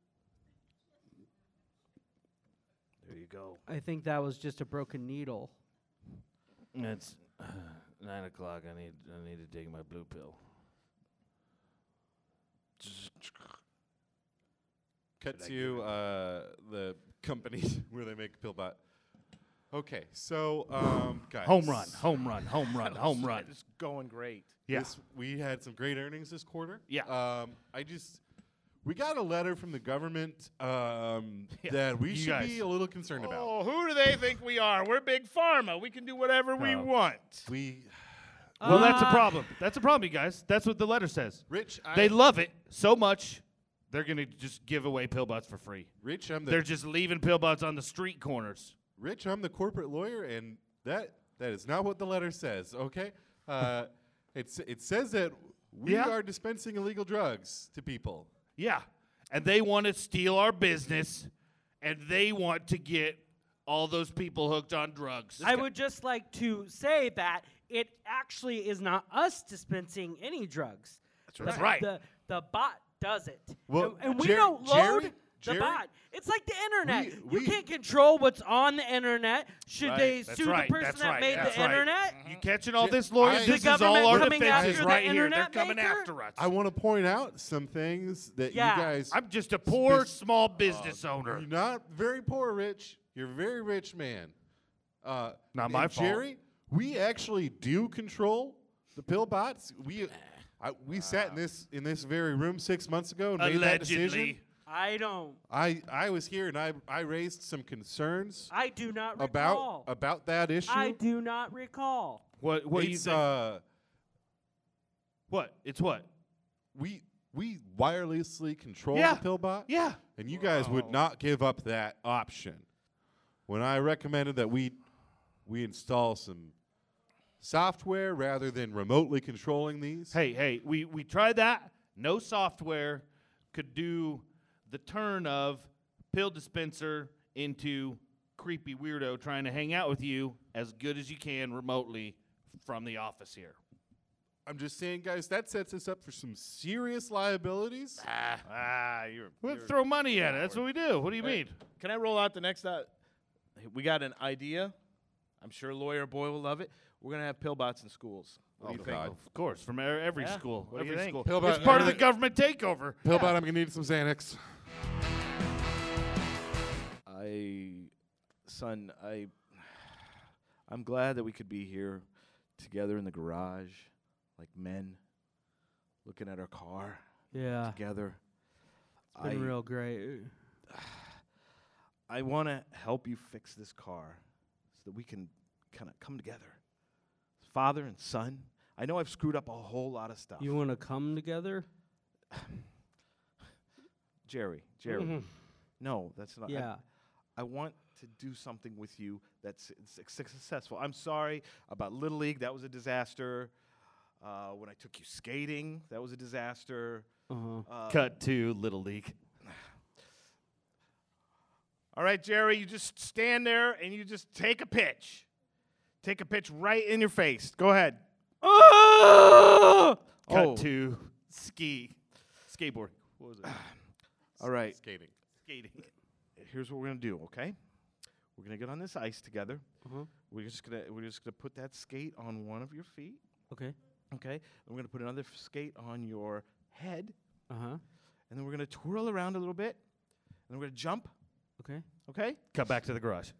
Speaker 6: There you go.
Speaker 4: I think that was just a broken needle.
Speaker 1: It's nine o'clock. I need I need to take my blue pill.
Speaker 2: Cut
Speaker 3: Did I
Speaker 2: to uh, the company where they make Pillbot. Okay, so um, guys,
Speaker 5: Home run, home run, home run, home run.
Speaker 1: It's going great.
Speaker 5: Yeah.
Speaker 2: This, we had some great earnings this quarter.
Speaker 7: Yeah.
Speaker 2: Um, I just we got a letter from the government um, that we
Speaker 7: you
Speaker 2: should
Speaker 7: guys.
Speaker 2: be a little concerned about.
Speaker 7: Oh, who do they think we are? We're big pharma. We can do whatever we
Speaker 5: No.
Speaker 7: want.
Speaker 5: Oh.
Speaker 2: We,
Speaker 5: Well, that's a
Speaker 4: Uh,
Speaker 5: problem. That's a problem, you guys. That's what the letter says.
Speaker 2: Rich, I,
Speaker 5: They love it so much, they're gonna just give away pillbots for free.
Speaker 2: Rich, I'm the
Speaker 5: They're just leaving pillbots on the street corners.
Speaker 2: Rich, I'm the corporate lawyer, and that that is not what the letter says. Okay, uh, it's it says that we
Speaker 5: Yeah.
Speaker 2: are dispensing illegal drugs to people.
Speaker 5: Yeah, and they want to steal our business, and they want to get all those people hooked on drugs.
Speaker 4: I would just like to say that it actually is not us dispensing any drugs. That's
Speaker 5: That's right.
Speaker 4: The, the bot does it.
Speaker 2: Well,
Speaker 4: and, and we
Speaker 2: Jer-
Speaker 4: don't
Speaker 2: Jerry-
Speaker 4: load the
Speaker 2: Jerry-
Speaker 4: bot. It's like the internet.
Speaker 2: We- we-
Speaker 4: you can't control what's on the internet. Should
Speaker 5: Right,
Speaker 4: they
Speaker 5: that's
Speaker 4: sue
Speaker 5: right,
Speaker 4: the person
Speaker 5: that's
Speaker 4: that
Speaker 5: right,
Speaker 4: made
Speaker 5: that's
Speaker 4: the
Speaker 5: right. Mm-hmm.
Speaker 4: internet?
Speaker 5: You catching all
Speaker 2: Ju-
Speaker 5: this, Lord?
Speaker 2: I- The
Speaker 5: this is all
Speaker 4: government
Speaker 5: our
Speaker 4: coming
Speaker 5: defenses
Speaker 4: after the
Speaker 5: right here. They're
Speaker 4: internet
Speaker 5: coming
Speaker 4: maker?
Speaker 5: after us.
Speaker 2: I want to point out some things that
Speaker 4: Yeah.
Speaker 2: you guys.
Speaker 5: I'm just a poor
Speaker 2: Spec-
Speaker 5: small business owner.
Speaker 2: you're not very poor, Rich. You're a very rich man. Uh,
Speaker 5: Not
Speaker 2: and
Speaker 5: my fault.
Speaker 2: Jerry, we actually do control the pill bots. We. I, we sat in this in this very room six months ago and made that decision.
Speaker 5: Allegedly,
Speaker 4: I don't.
Speaker 2: I, I was here and I, I raised some concerns
Speaker 4: I do not
Speaker 2: about
Speaker 4: recall.
Speaker 2: about that issue.
Speaker 4: I do not recall.
Speaker 5: what? What you
Speaker 2: It's,
Speaker 5: think?
Speaker 2: uh,
Speaker 5: what? It's what?
Speaker 2: we we wirelessly control
Speaker 5: Yeah.
Speaker 2: the pillbot.
Speaker 5: Yeah.
Speaker 2: And you guys would not give up that option. When I recommended that we we install some software rather than remotely controlling these.
Speaker 5: Hey, hey, we we tried that. No software could do the turn of pill dispenser into creepy weirdo trying to hang out with you as good as you can remotely from the office here.
Speaker 2: I'm just saying guys, that sets us up for some serious liabilities.
Speaker 5: Ah, you're, we throw money at it. That's what we do. What do you mean?
Speaker 1: Can I roll out the next? Uh, we got an idea. I'm sure lawyer boy will love it. We're gonna have pillbots in schools. What do you think?
Speaker 2: God.
Speaker 5: Of course, from e- every
Speaker 1: Yeah.
Speaker 5: school,
Speaker 1: What do you
Speaker 5: every
Speaker 1: think?
Speaker 5: school.
Speaker 2: Pillbot-
Speaker 5: it's part of the
Speaker 2: uh,
Speaker 5: government takeover.
Speaker 2: Pillbot, I'm gonna need some Xanax.
Speaker 3: I, son, I, I'm glad that we could be here together in the garage, like men, looking at our car
Speaker 4: Yeah.
Speaker 3: together. I,
Speaker 4: great.
Speaker 3: I want to help you fix this car so that we can kind of come together, father and son. I know I've screwed up a whole lot of stuff.
Speaker 4: want to come together?
Speaker 3: Jerry, Jerry. No, that's not. I-
Speaker 4: Yeah.
Speaker 3: I want to do something with you that's s- suc- successful. I'm sorry about Little League. That was a disaster. Uh, when I took you skating, that was a disaster.
Speaker 4: Uh-huh.
Speaker 3: Uh,
Speaker 5: Cut to Little League.
Speaker 3: All right, Jerry, you just stand there and you just take a pitch. Take a pitch right in your face. Go ahead.
Speaker 5: Cut
Speaker 3: Oh.
Speaker 5: to ski, skateboarding. What was it?
Speaker 3: All right.
Speaker 2: Skating.
Speaker 5: Skating.
Speaker 3: Here's what we're gonna do. Okay, we're gonna get on this ice together.
Speaker 4: Uh-huh.
Speaker 3: We're just gonna we're just gonna put that skate on one of your feet.
Speaker 4: Okay.
Speaker 3: Okay, and we're gonna put another f- skate on your head,
Speaker 4: Uh huh.
Speaker 3: and then we're gonna twirl around a little bit, and then we're gonna jump.
Speaker 4: Okay.
Speaker 3: Okay,
Speaker 5: Cut back to the garage.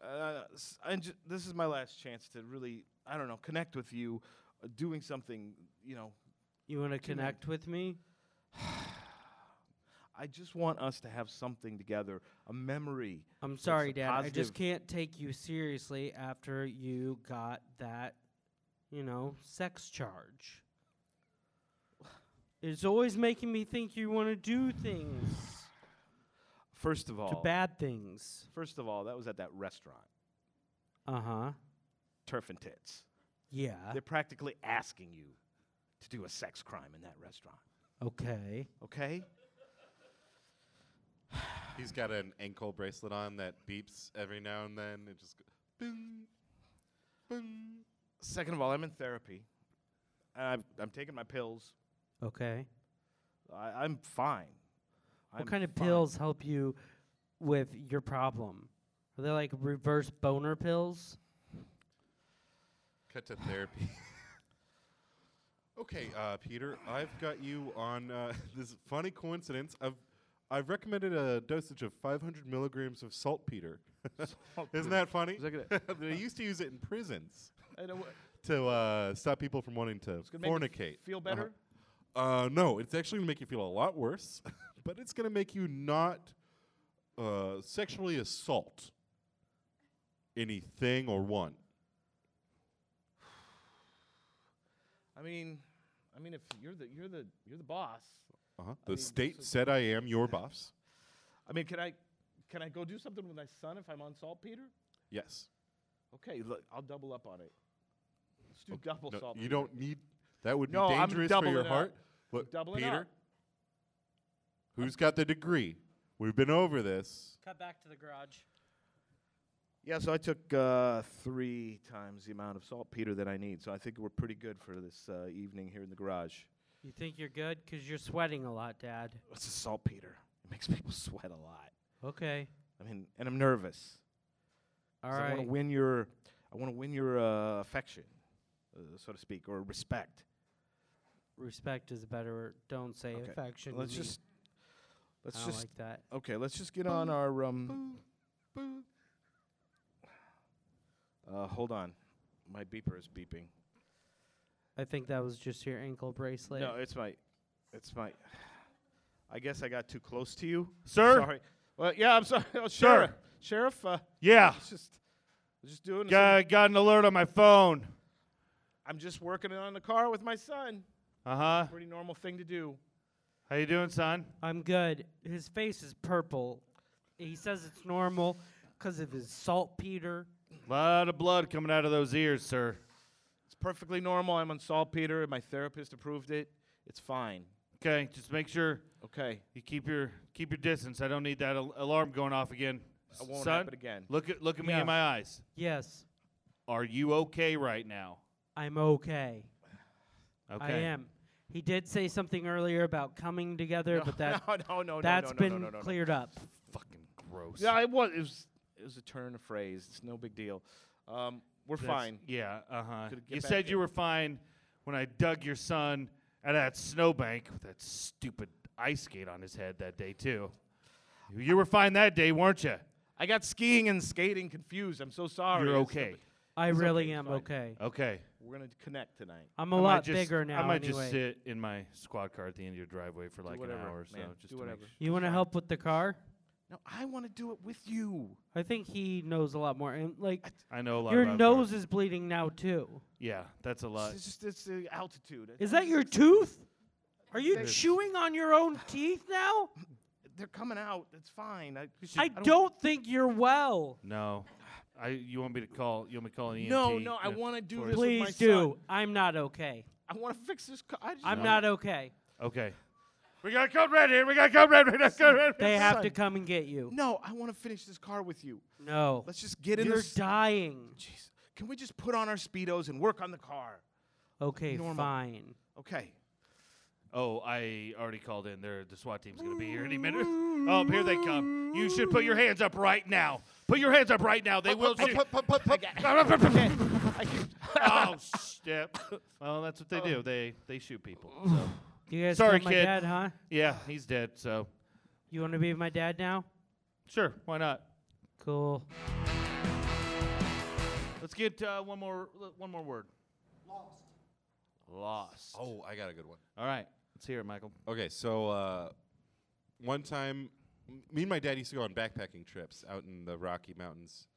Speaker 3: uh, s- and ju- this is my last chance to really I don't know connect with you, uh, doing something. You know,
Speaker 4: You want to connect with me?
Speaker 3: I just want us to have something together, a memory.
Speaker 4: I'm
Speaker 3: It's a
Speaker 4: sorry, Dad. I
Speaker 3: positive-
Speaker 4: just can't take you seriously after you got that, you know, sex charge. It's always making me think you want to do things,
Speaker 3: First of
Speaker 4: to
Speaker 3: all,
Speaker 4: bad things.
Speaker 3: first of all, that was at that restaurant,
Speaker 4: Uh huh.
Speaker 3: Turf and Tits.
Speaker 4: Yeah.
Speaker 3: They're practically asking you to do a sex crime in that restaurant.
Speaker 4: Okay.
Speaker 3: Okay?
Speaker 2: He's got an ankle bracelet on that beeps every now and then. It just goes, bing, bing.
Speaker 3: Second of all, I'm in therapy. And I've, I'm taking my pills.
Speaker 4: Okay.
Speaker 3: I, I'm fine.
Speaker 4: What
Speaker 3: I'm
Speaker 4: kind of
Speaker 3: fine.
Speaker 4: pills help you with your problem? Are they like reverse boner pills?
Speaker 2: Cut to therapy. okay, uh, Peter, I've got you on uh, this funny coincidence. I've I've recommended a dosage of 500 milligrams of saltpeter.
Speaker 3: Oh,
Speaker 2: Isn't that funny?
Speaker 3: Look at
Speaker 2: they used to use it in prisons
Speaker 8: I know, what-
Speaker 2: to uh, stop people from wanting to
Speaker 8: it's gonna make you
Speaker 2: fornicate.
Speaker 8: f- feel
Speaker 2: Uh-huh.
Speaker 8: better.
Speaker 2: Uh, no, it's actually going to make you feel a lot worse, but it's going to make you not uh, sexually assault anything or one.
Speaker 8: I mean, I mean, if you're the you're the you're the boss.
Speaker 2: Uh-huh.
Speaker 8: I
Speaker 2: The
Speaker 8: mean,
Speaker 2: state
Speaker 8: so-
Speaker 2: said I am your boss.
Speaker 8: I mean, can I can I go do something with my son if I'm on saltpeter?
Speaker 2: Yes.
Speaker 8: Okay, look, I'll double up on it. Let's do double
Speaker 2: No,
Speaker 8: saltpeter.
Speaker 2: you don't need. That would
Speaker 8: No,
Speaker 2: be
Speaker 8: I'm
Speaker 2: dangerous for your
Speaker 8: doubling up.
Speaker 2: heart. Look,
Speaker 8: doubling
Speaker 2: Peter,
Speaker 8: up.
Speaker 2: who's got the degree? We've been over this.
Speaker 4: Cut back to the garage.
Speaker 3: Yeah, so I took uh, three times the amount of saltpeter that I need, so I think we're pretty good for this uh, evening here in the garage.
Speaker 4: You think you're good? Because you're sweating a lot, Dad.
Speaker 3: What's a saltpeter? It makes people sweat a lot.
Speaker 4: Okay.
Speaker 3: I mean, and I'm nervous.
Speaker 4: All
Speaker 3: 'cause I
Speaker 4: right.
Speaker 3: want to win your, I want to win your uh, affection, uh, so to speak, or respect.
Speaker 4: Respect is better. Don't say
Speaker 3: Okay,
Speaker 4: affection. to
Speaker 3: Let's
Speaker 4: me.
Speaker 3: just,
Speaker 4: I
Speaker 3: let's
Speaker 4: don't
Speaker 3: just,
Speaker 4: like that.
Speaker 3: okay, let's just get on our um. Uh, hold on, my beeper is beeping.
Speaker 4: I think that was just your ankle bracelet.
Speaker 3: No, it's my, it's my. I guess I got too close to you,
Speaker 5: Sir?
Speaker 3: Sorry. Well, yeah, I'm sorry, oh, sheriff. Sheriff, uh,
Speaker 5: Yeah.
Speaker 3: it's just, it's just doing.
Speaker 5: Got, got an alert on my phone.
Speaker 3: I'm just working on the car with my son.
Speaker 5: Uh huh.
Speaker 3: Pretty normal thing to do.
Speaker 5: How you doing, son?
Speaker 4: I'm good. His face is purple. He says it's normal because of his saltpeter.
Speaker 5: Lot of blood coming out of those ears, sir.
Speaker 3: It's perfectly normal. I'm on saltpeter, and my therapist approved it. It's fine.
Speaker 5: Okay, just make sure
Speaker 3: Okay,
Speaker 5: you keep your keep your distance. I don't need that al- alarm going off again.
Speaker 3: it won't
Speaker 5: son,
Speaker 3: happen again.
Speaker 5: look at look at me
Speaker 4: Yeah.
Speaker 5: in my eyes.
Speaker 4: Yes,
Speaker 5: Are you okay right now?
Speaker 4: I'm okay.
Speaker 5: Okay.
Speaker 4: I am. He did say something earlier about coming together, but that
Speaker 3: no, no, no, no,
Speaker 4: that's
Speaker 3: no, no,
Speaker 4: been
Speaker 3: no, no, no, no.
Speaker 4: cleared up.
Speaker 5: Fucking gross.
Speaker 3: Yeah, it was. It was. It was a turn of phrase. It's no big deal. Um, we're
Speaker 5: That's-
Speaker 3: fine.
Speaker 5: Yeah. Uh huh.
Speaker 3: Could get
Speaker 5: You
Speaker 3: back
Speaker 5: said
Speaker 3: in.
Speaker 5: you were fine when I dug your son out of that snowbank with that stupid ice skate on his head that day too. You- You were fine that day, weren't you?
Speaker 3: I got skiing and skating confused. I'm so sorry.
Speaker 5: You're
Speaker 3: It's no
Speaker 5: okay.
Speaker 3: big-
Speaker 4: I
Speaker 3: It's
Speaker 4: really
Speaker 3: okay, it's
Speaker 4: am
Speaker 3: fine.
Speaker 4: okay.
Speaker 5: Okay.
Speaker 3: We're gonna connect tonight.
Speaker 4: I'm a
Speaker 5: I might
Speaker 4: lot
Speaker 5: just-
Speaker 4: bigger now.
Speaker 5: I might
Speaker 4: anyway.
Speaker 5: just sit in my squad car at the end of your driveway for like
Speaker 3: whatever,
Speaker 5: an hour or so.
Speaker 3: man.
Speaker 5: Just
Speaker 3: Do
Speaker 5: to make
Speaker 3: whatever.
Speaker 5: sure.
Speaker 4: You want to help with the car?
Speaker 3: No, I want to do it with you.
Speaker 4: I think he knows a lot more. And like
Speaker 5: I know a lot.
Speaker 4: your
Speaker 5: about
Speaker 4: nose
Speaker 5: cars.
Speaker 4: is bleeding now too.
Speaker 5: Yeah, that's a lot.
Speaker 3: It's just it's the altitude.
Speaker 4: Is that your tooth? Are you chewing on your own teeth now?
Speaker 3: They're coming out. That's fine. I,
Speaker 4: I don't think you're well.
Speaker 5: No, I. You want me to call? You want me to call E an EMT?
Speaker 3: No, no, I
Speaker 5: Yeah.
Speaker 3: want to do
Speaker 5: for
Speaker 3: this with my
Speaker 4: Please do. I'm not okay.
Speaker 3: son. I want to fix this car. I just
Speaker 4: I'm not okay.
Speaker 5: Okay. We got code red here. We got code red. We got code red.
Speaker 4: They have
Speaker 3: Son.
Speaker 4: to come and get you.
Speaker 3: No, I want to finish this car with you.
Speaker 4: No.
Speaker 3: Let's just get in
Speaker 4: You're
Speaker 3: this.
Speaker 4: dying.
Speaker 3: Jeez. Can we just put on our speedos and work on the car?
Speaker 4: Okay,
Speaker 3: Normal.
Speaker 4: fine.
Speaker 3: Okay.
Speaker 5: Oh, I already called in. They're, the SWAT team's gonna be here any minute. Oh, here they come. You should put your hands up right now. Put your hands up right now. They will shoot.
Speaker 3: I keep-
Speaker 5: oh, step. Well, that's what they do. They they shoot people. So.
Speaker 4: You guys
Speaker 5: Sorry,
Speaker 4: killed my
Speaker 5: kid.
Speaker 4: dad, huh?
Speaker 5: Yeah, he's dead. So
Speaker 4: You want to be my dad now?
Speaker 5: sure, why not?
Speaker 4: Cool.
Speaker 5: Let's get uh, one more one more word. Lost. Lost.
Speaker 2: Oh, I got a good one.
Speaker 5: All right, let's hear it, Michael.
Speaker 2: Okay, so uh, one time, m- me and my dad used to go on backpacking trips out in the Rocky Mountains,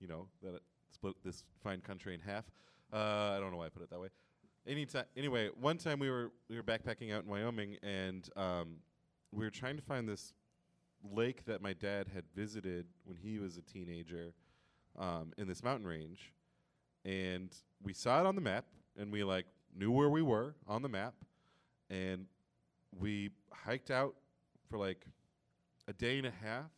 Speaker 2: you know, that uh, split this fine country in half. Uh, I don't know why I put it that way. Anytime, anyway, one time we were we were backpacking out in Wyoming, and um, we were trying to find this lake that my dad had visited when he was a teenager um, in this mountain range, and we saw it on the map, and we like knew where we were on the map, and we hiked out for like a day and a half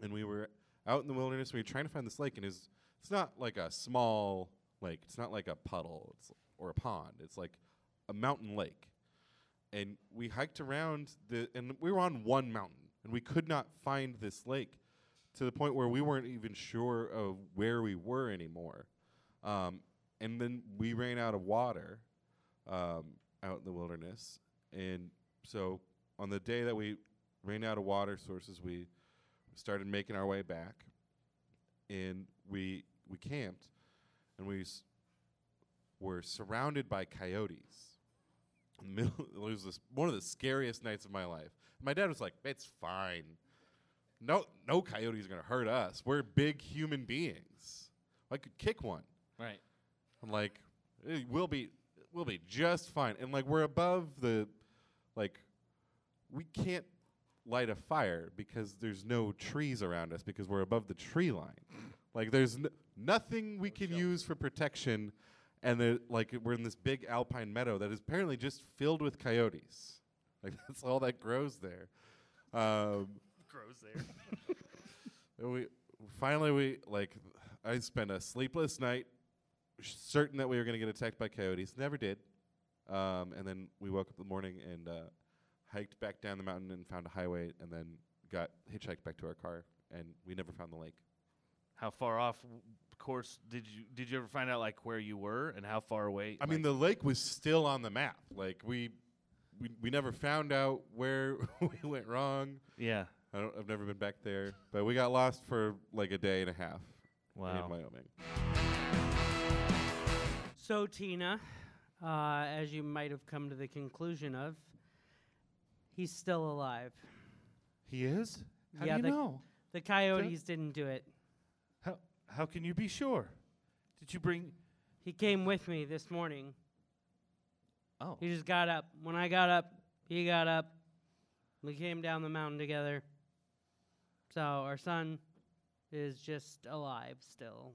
Speaker 2: and we were out in the wilderness we were trying to find this lake and it's it's not like a small lake it's not like a puddle it's or a pond it's like a mountain lake and we hiked around the and we were on one mountain and we could not find this lake to the point where we weren't even sure of where we were anymore um, and then we ran out of water um, out in the wilderness and so on the day that we ran out of water sources. We started making our way back, and we we camped, and we s- were surrounded by coyotes. In the middle, it was this, one of the scariest nights of my life. My dad was like, "It's fine. No, no coyotes are gonna hurt us. We're big human beings. I could kick one."
Speaker 5: Right.
Speaker 2: I'm like, "Eh, "We'll be, we'll be just fine." And like, we're above the, like, we can't light a fire because there's no trees around us because we're above the tree line. like there's n- nothing we can use for protection, and the, like we're in this big alpine meadow that is apparently just filled with coyotes. Like that's all that grows there. Um,
Speaker 5: Grows there.
Speaker 2: and we finally we like I spent a sleepless night, sh- certain that we were going to get attacked by coyotes. Never did. Um, and then we woke up in the morning and uh, hiked back down the mountain and found a highway, and then got hitchhiked back to our car, and we never found the lake.
Speaker 5: how far off w- course did you did you ever find out like where you were and how far away?
Speaker 2: I mean, the lake was still on the map. Like we, we, we never found out where we went wrong.
Speaker 5: yeah.
Speaker 2: I don't, I've never been back there, but we got lost for like a day and a half
Speaker 5: Wow.
Speaker 2: in Wyoming.
Speaker 4: So, Tina, uh, as you might have come to the conclusion of, he's still alive.
Speaker 5: He is. How
Speaker 4: Yeah,
Speaker 5: do
Speaker 4: the-
Speaker 5: you know?
Speaker 4: The coyotes didn't do it.
Speaker 5: How how can you be sure? Did you bring?
Speaker 4: He came with me this morning.
Speaker 5: Oh.
Speaker 4: He just got up. When I got up, he got up. We came down the mountain together. So, our son is just alive still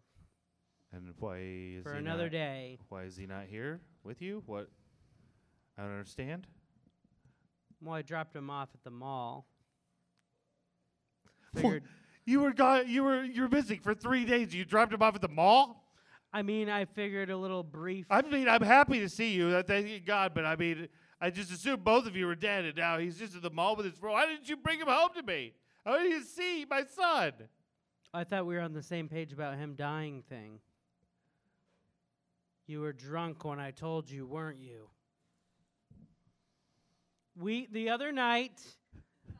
Speaker 5: And why is
Speaker 4: for
Speaker 5: he
Speaker 4: another
Speaker 5: not-
Speaker 4: day.
Speaker 5: Why is he not here with you? What? I don't understand.
Speaker 4: Well, I dropped him off at the mall.
Speaker 5: Wha-
Speaker 4: Figured.
Speaker 5: You were gone. You were you were missing for three days. You dropped him off at the mall.
Speaker 4: I mean, I figured a little brief.
Speaker 5: I mean, I'm happy to see you. I thank you, God, but I mean, I just assumed both of you were dead, and now he's just at the mall with his bro. Why didn't you bring him home to me? I did you see my son?
Speaker 4: I thought we were on the same page about him dying thing. You were drunk when I told you, weren't you? We the other night,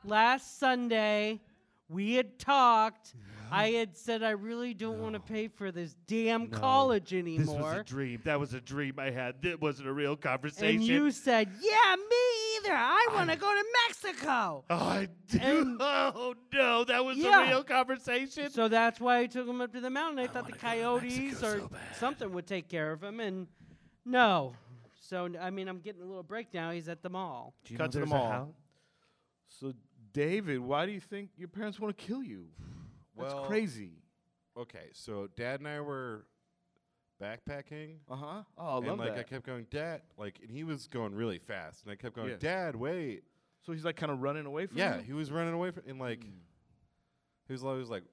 Speaker 4: last Sunday, we had talked. I had said I really don't want to pay for this damn college anymore.
Speaker 5: This was a dream. That was a dream I had. That wasn't a real conversation.
Speaker 4: and you said, "Yeah, me either. I want to go to Mexico."
Speaker 5: oh, I do.
Speaker 4: And-
Speaker 5: oh no, that was
Speaker 4: Yeah.
Speaker 5: a real conversation.
Speaker 4: So that's why I took him up to the mountain. I, thought the coyotes or something would take care of him, and no. So n- I mean, I'm getting a little break now. He's at the mall.
Speaker 3: Do you
Speaker 5: Cut to
Speaker 3: know
Speaker 5: the
Speaker 3: there's a
Speaker 5: mall.
Speaker 3: house? So, David, why do you think your parents want to kill you? That's
Speaker 2: Well-
Speaker 3: crazy.
Speaker 2: Okay, so Dad and I were backpacking.
Speaker 3: Uh huh. Oh, I love
Speaker 2: uh-huh. and like
Speaker 3: that.
Speaker 2: I kept going, Dad, like, and he was going really fast, and I kept going,
Speaker 3: Yeah.
Speaker 2: Dad, wait,
Speaker 3: so he's like kind of running away from
Speaker 2: yeah,
Speaker 3: you.
Speaker 2: he Hmm. was running away from, and like, he was always like,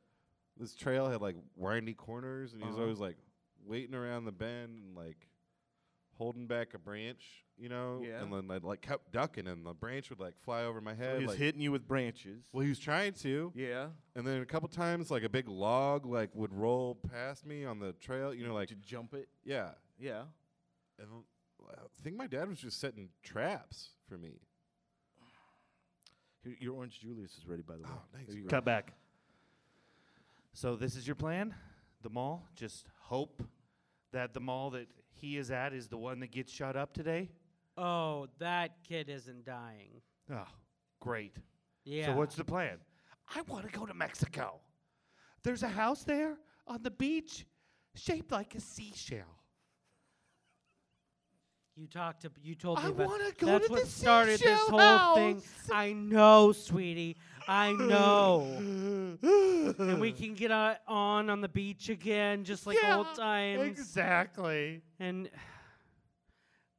Speaker 2: this trail had like windy corners, and he was
Speaker 3: Uh-huh.
Speaker 2: always like waiting around the bend and like holding back a branch, you know,
Speaker 3: Yeah.
Speaker 2: and then I like kept ducking, and the branch would like fly over my head.
Speaker 3: he was
Speaker 2: like-
Speaker 3: hitting you with branches.
Speaker 2: Well, he was trying to,
Speaker 3: yeah.
Speaker 2: and then a couple times, like a big log, like would roll past me on the trail, you know, like
Speaker 3: to jump it.
Speaker 2: yeah,
Speaker 3: Yeah.
Speaker 2: and I think my dad was just setting traps for me.
Speaker 3: Here, your orange Julius is ready, by the way.
Speaker 2: Oh, nice,
Speaker 3: There you
Speaker 2: bro.
Speaker 5: Cut back. So this is your plan? The mall? Just hope that the mall that he is at is the one that gets shot up today?
Speaker 4: Oh, that kid isn't dying.
Speaker 5: Oh, great.
Speaker 4: Yeah.
Speaker 5: So what's the plan? I want to go to Mexico. There's a house there on the beach shaped like a seashell.
Speaker 4: you talked to? You told me.
Speaker 5: I
Speaker 4: about-
Speaker 5: wanna go
Speaker 4: That's
Speaker 5: to
Speaker 4: what
Speaker 5: the
Speaker 4: started this
Speaker 5: seashell
Speaker 4: whole thing.
Speaker 5: house.
Speaker 4: I know, sweetie. I know. and we can get uh, on on the beach again, just like
Speaker 5: Yeah,
Speaker 4: old times.
Speaker 5: Exactly.
Speaker 4: And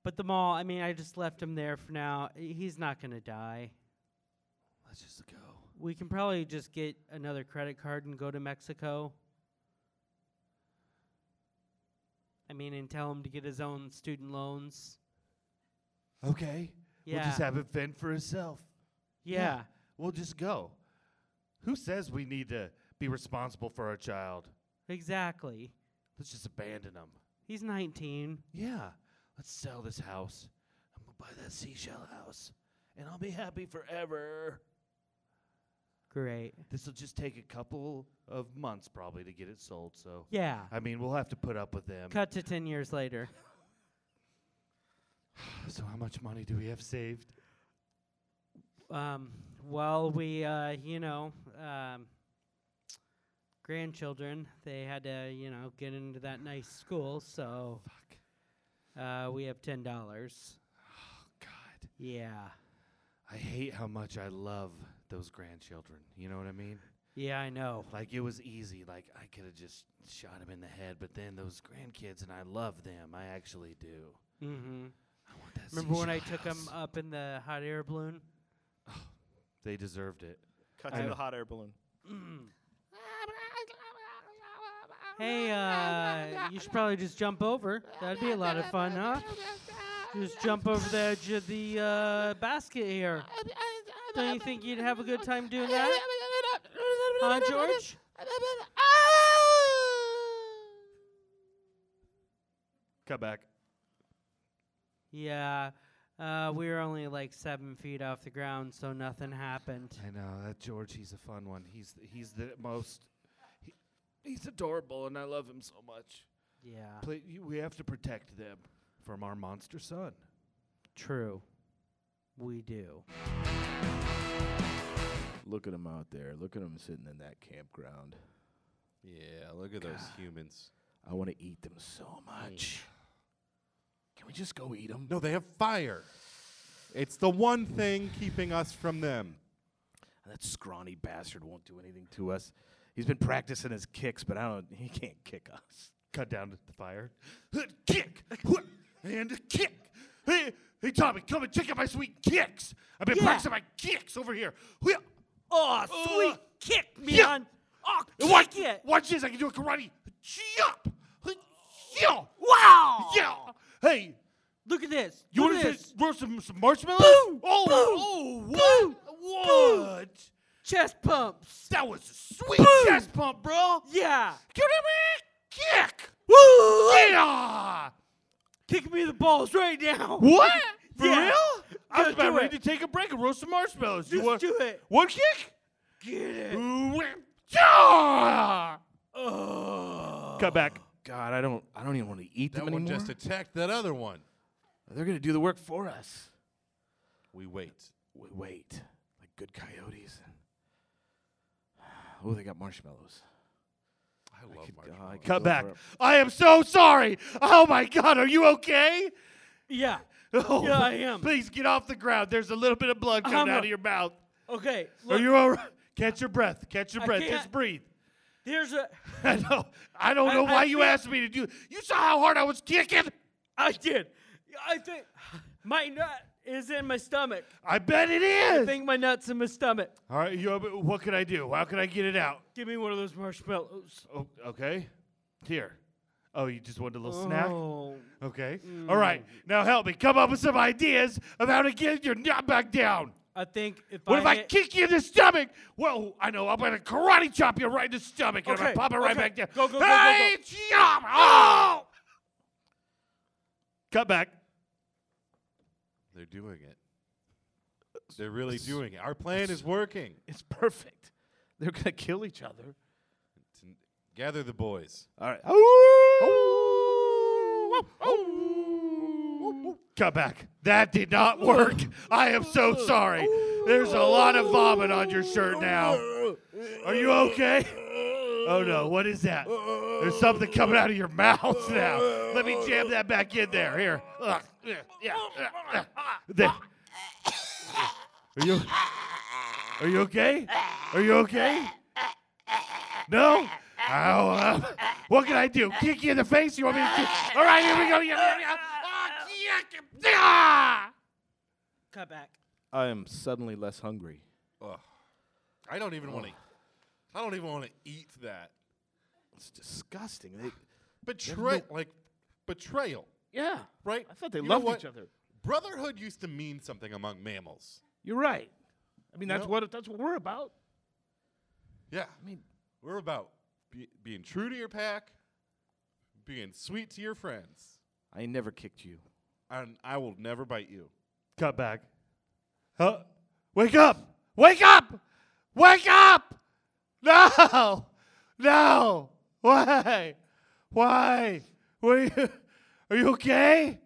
Speaker 4: but the mall, I mean, I just left him there for now. I- He's not going to die.
Speaker 5: Let's just go.
Speaker 4: We can probably just get another credit card and go to Mexico. I mean, and tell him to get his own student loans.
Speaker 5: Okay. We'll just
Speaker 4: Yeah.
Speaker 5: have it fend for itself.
Speaker 4: Yeah.
Speaker 5: We'll just go. Who says we need to be responsible for our child?
Speaker 4: Exactly.
Speaker 5: Let's just abandon them.
Speaker 4: He's 19.
Speaker 5: Yeah, let's sell this house. I'm gonna buy that seashell house, and I'll be happy forever.
Speaker 4: Great.
Speaker 5: This will just take a couple of months probably to get it sold. So
Speaker 4: Yeah.
Speaker 5: I mean, we'll have to put up with them.
Speaker 4: Cut to 10 years later.
Speaker 5: So how much money do we have saved?
Speaker 4: Um, well, we, uh, you know, um, grandchildren, they had to, you know, get into that nice school, so uh, we have $10.
Speaker 5: God,
Speaker 4: Yeah.
Speaker 5: I hate how much I love those grandchildren. You know what I mean?
Speaker 4: Yeah, I know.
Speaker 5: Like it was easy. Like I could have just shot him in the head, but then those grandkids and I love them. I actually do.
Speaker 4: Mm-hmm.
Speaker 5: I want that.
Speaker 4: Remember when I
Speaker 5: seashell
Speaker 4: took them
Speaker 5: house.
Speaker 4: up in the hot air balloon?
Speaker 5: They deserved it.
Speaker 9: Cut
Speaker 5: I
Speaker 9: to
Speaker 5: know.
Speaker 9: the hot air balloon.
Speaker 4: Hey, uh, you should probably just jump over. That'd be a lot of fun, huh? Just jump over the edge of the uh, basket here. Don't you think you'd have a good time doing that? Huh, George?
Speaker 5: Cut back.
Speaker 4: Yeah. Uh, we were only like seven feet off the ground, so nothing happened.
Speaker 5: I know that George. He's a fun one. He's th- he's the most. He, he's adorable, and I love him so much.
Speaker 4: Yeah.
Speaker 5: Pla you, we have to protect them from our monster son.
Speaker 4: True. We do.
Speaker 3: Look at him out there. Look at him sitting in that campground.
Speaker 2: Yeah, look at those humans.
Speaker 3: I want to eat them so
Speaker 2: Mm.
Speaker 3: much. Can we just go eat them?
Speaker 2: No, they have fire. It's the one thing keeping us from them.
Speaker 3: That scrawny bastard won't do anything to us. He's been practicing his kicks, but I don't. He can't kick us.
Speaker 5: Cut down to the fire. Kick Huh, and a kick. Hey, hey, Tommy, come and check out my sweet kicks. I've been
Speaker 4: Yeah.
Speaker 5: practicing my kicks over here. Wheel-
Speaker 4: Oh, sweet
Speaker 5: Uh,
Speaker 4: kick, man.
Speaker 5: yeah.
Speaker 4: Oh,
Speaker 5: And
Speaker 4: kick
Speaker 5: Watch,
Speaker 4: it.
Speaker 5: watch this. I can do a karate. Jump. Yeah. Wow. Yeah. Hey,
Speaker 4: Look at this.
Speaker 5: you
Speaker 4: Look
Speaker 5: want
Speaker 4: at
Speaker 5: to
Speaker 4: this.
Speaker 5: roast some, some marshmallows?
Speaker 4: Boom, boom,
Speaker 5: oh, oh,
Speaker 4: boom,
Speaker 5: what?
Speaker 4: boom.
Speaker 5: What?
Speaker 4: Chest pumps.
Speaker 5: That was a sweet chest pump,
Speaker 4: Oh.
Speaker 5: bro.
Speaker 4: Yeah.
Speaker 5: Give me a kick. Woo! Yeah.
Speaker 4: Kick me the balls right now.
Speaker 5: What? For
Speaker 4: Yeah.
Speaker 5: real? I was
Speaker 4: Yeah,
Speaker 5: about
Speaker 4: do
Speaker 5: ready
Speaker 4: it.
Speaker 5: to take a break and roast some marshmallows. you
Speaker 4: Just
Speaker 5: want
Speaker 4: do it.
Speaker 5: one kick?
Speaker 4: Get it.
Speaker 5: Ooh, yeah. Cut back.
Speaker 3: God, I don't. I don't even want to eat
Speaker 2: That
Speaker 3: them
Speaker 2: one
Speaker 3: anymore.
Speaker 2: just attacked that other one.
Speaker 3: They're gonna do the work for us.
Speaker 2: We wait.
Speaker 3: We wait, like good coyotes. Oh, they got marshmallows.
Speaker 2: I love
Speaker 3: could- oh, I
Speaker 2: marshmallows.
Speaker 3: could-
Speaker 5: Cut
Speaker 3: Go
Speaker 5: back.
Speaker 3: for it.
Speaker 5: I am so sorry. Oh my God, are you okay?
Speaker 4: Yeah.
Speaker 5: Oh,
Speaker 4: Yeah, I am.
Speaker 5: Please get off the ground. There's a little bit of blood coming
Speaker 4: I'm
Speaker 5: out
Speaker 4: a-
Speaker 5: of your mouth.
Speaker 4: Okay.
Speaker 5: are
Speaker 4: Look,
Speaker 5: you all right? Catch your breath. Catch your
Speaker 4: I
Speaker 5: breath.
Speaker 4: can't-
Speaker 5: Just breathe.
Speaker 4: there's a.
Speaker 5: I know. I don't
Speaker 4: I-
Speaker 5: know
Speaker 4: I
Speaker 5: why you
Speaker 4: feel-
Speaker 5: asked me to do. You saw how hard I was kicking.
Speaker 4: I did. I think my nut is in my stomach.
Speaker 5: I bet it
Speaker 4: I
Speaker 5: is.
Speaker 4: think my nut's in my stomach.
Speaker 5: all right. You, what can I do? How can I get it out?
Speaker 4: Give me one of those marshmallows.
Speaker 5: Oh, okay. Here. Oh, you just wanted a little snack.
Speaker 4: Oh.
Speaker 5: Okay. All right. Now help me. Come up with some ideas of how to get your nut back down.
Speaker 4: I think if
Speaker 5: What if
Speaker 4: I
Speaker 5: I
Speaker 4: hit-
Speaker 5: kick you in the stomach? Whoa, I know. I'm going to karate chop you right in the stomach and I'm
Speaker 4: Okay,
Speaker 5: going to pop it right
Speaker 4: okay.
Speaker 5: back down.
Speaker 4: Go, go, go, go,
Speaker 5: hey,
Speaker 4: go. Ah!
Speaker 5: chop! Oh! Cut back.
Speaker 2: They're doing it. They're really doing it. Our plan is working.
Speaker 3: It's perfect. They're gonna kill each other.
Speaker 2: To n- gather the boys.
Speaker 3: All right.
Speaker 5: Cut back. That did not work. I am so sorry. There's a lot of vomit on your shirt now. Are you okay? Oh no, what is that? There's something coming out of your mouth now. Let me jam that back in there. Here. Ugh. Yeah. Yeah. Yeah. There. Are you Are you okay? Are you okay? No? Oh, uh, what can I do? Kick you in the face? You want me to kick? All right, here we go. Yeah, yeah, yeah. Ah, yuck. Ah!
Speaker 4: cut back.
Speaker 3: I am suddenly less hungry.
Speaker 2: Ugh. I don't even want to. I don't even want to eat that.
Speaker 3: It's disgusting. They,
Speaker 2: Betray, like betrayal,
Speaker 3: yeah.
Speaker 2: right?
Speaker 3: I thought they
Speaker 2: You know
Speaker 3: loved
Speaker 2: what?
Speaker 3: each other.
Speaker 2: Brotherhood used to mean something among mammals.
Speaker 3: You're right. I mean, that's
Speaker 2: No.
Speaker 3: what that's what we're about.
Speaker 2: Yeah,
Speaker 3: I mean,
Speaker 2: we're about be, being true to your pack, being sweet to your friends,
Speaker 3: I never kicked you.
Speaker 2: and I will never bite you.
Speaker 5: Cut back. Huh? Wake up! Wake up! Wake up! No! No! Why? Why? Were you, are you okay?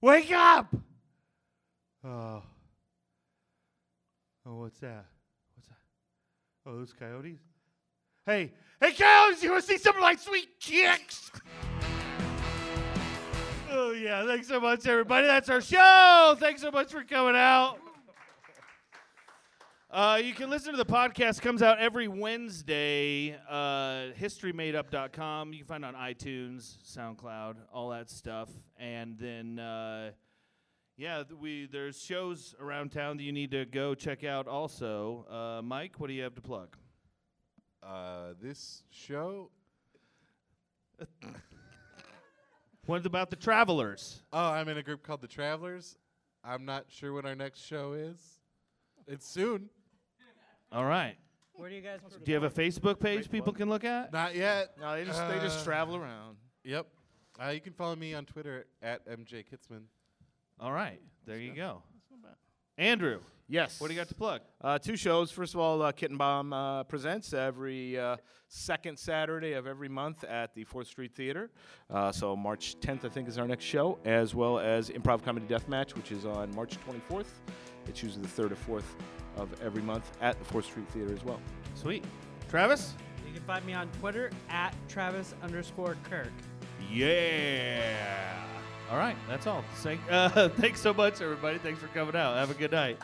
Speaker 5: Wake up! Oh. Oh, what's that? What's that? Oh, those coyotes? Hey, hey, coyotes, you want to see some of my sweet chicks? oh, yeah. Thanks so much, everybody. That's our show. Thanks so much for coming out. Uh, you can listen to the podcast. comes out every Wednesday. Uh, HistoryMadeUp.com. You can find it on iTunes, SoundCloud, all that stuff. And then, uh, yeah, th- we there's shows around town that you need to go check out. Also, uh, Mike, what do you have to plug?
Speaker 2: Uh, this show.
Speaker 5: What about the Travelers?
Speaker 2: Oh, I'm in a group called the Travelers. I'm not sure when our next show is. It's soon.
Speaker 5: All right.
Speaker 4: Where do you guys?
Speaker 5: Do you have a Facebook page people can look at?
Speaker 2: Not yet.
Speaker 3: No, they just they just
Speaker 2: Uh,
Speaker 3: travel around.
Speaker 2: Yep. Uh, you can follow me on Twitter at MJ Kitzman.
Speaker 5: All right. There you go. Andrew,
Speaker 3: Yes.
Speaker 5: what do you got to plug?
Speaker 3: Uh, two shows. First of all, uh, Kitten Bomb uh, presents every uh, second Saturday of every month at the Fourth Street Theater. Uh, so March 10th, I think, is our next show, as well as Improv Comedy Deathmatch, which is on March 24th. It's usually the third or fourth of every month at the Fourth Street Theater as well.
Speaker 5: Sweet. Travis?
Speaker 4: You can find me on Twitter at Travis underscore Kirk.
Speaker 5: Yeah. All right. That's all. Thank, uh, thanks so much, everybody. Thanks for coming out. Have a good night.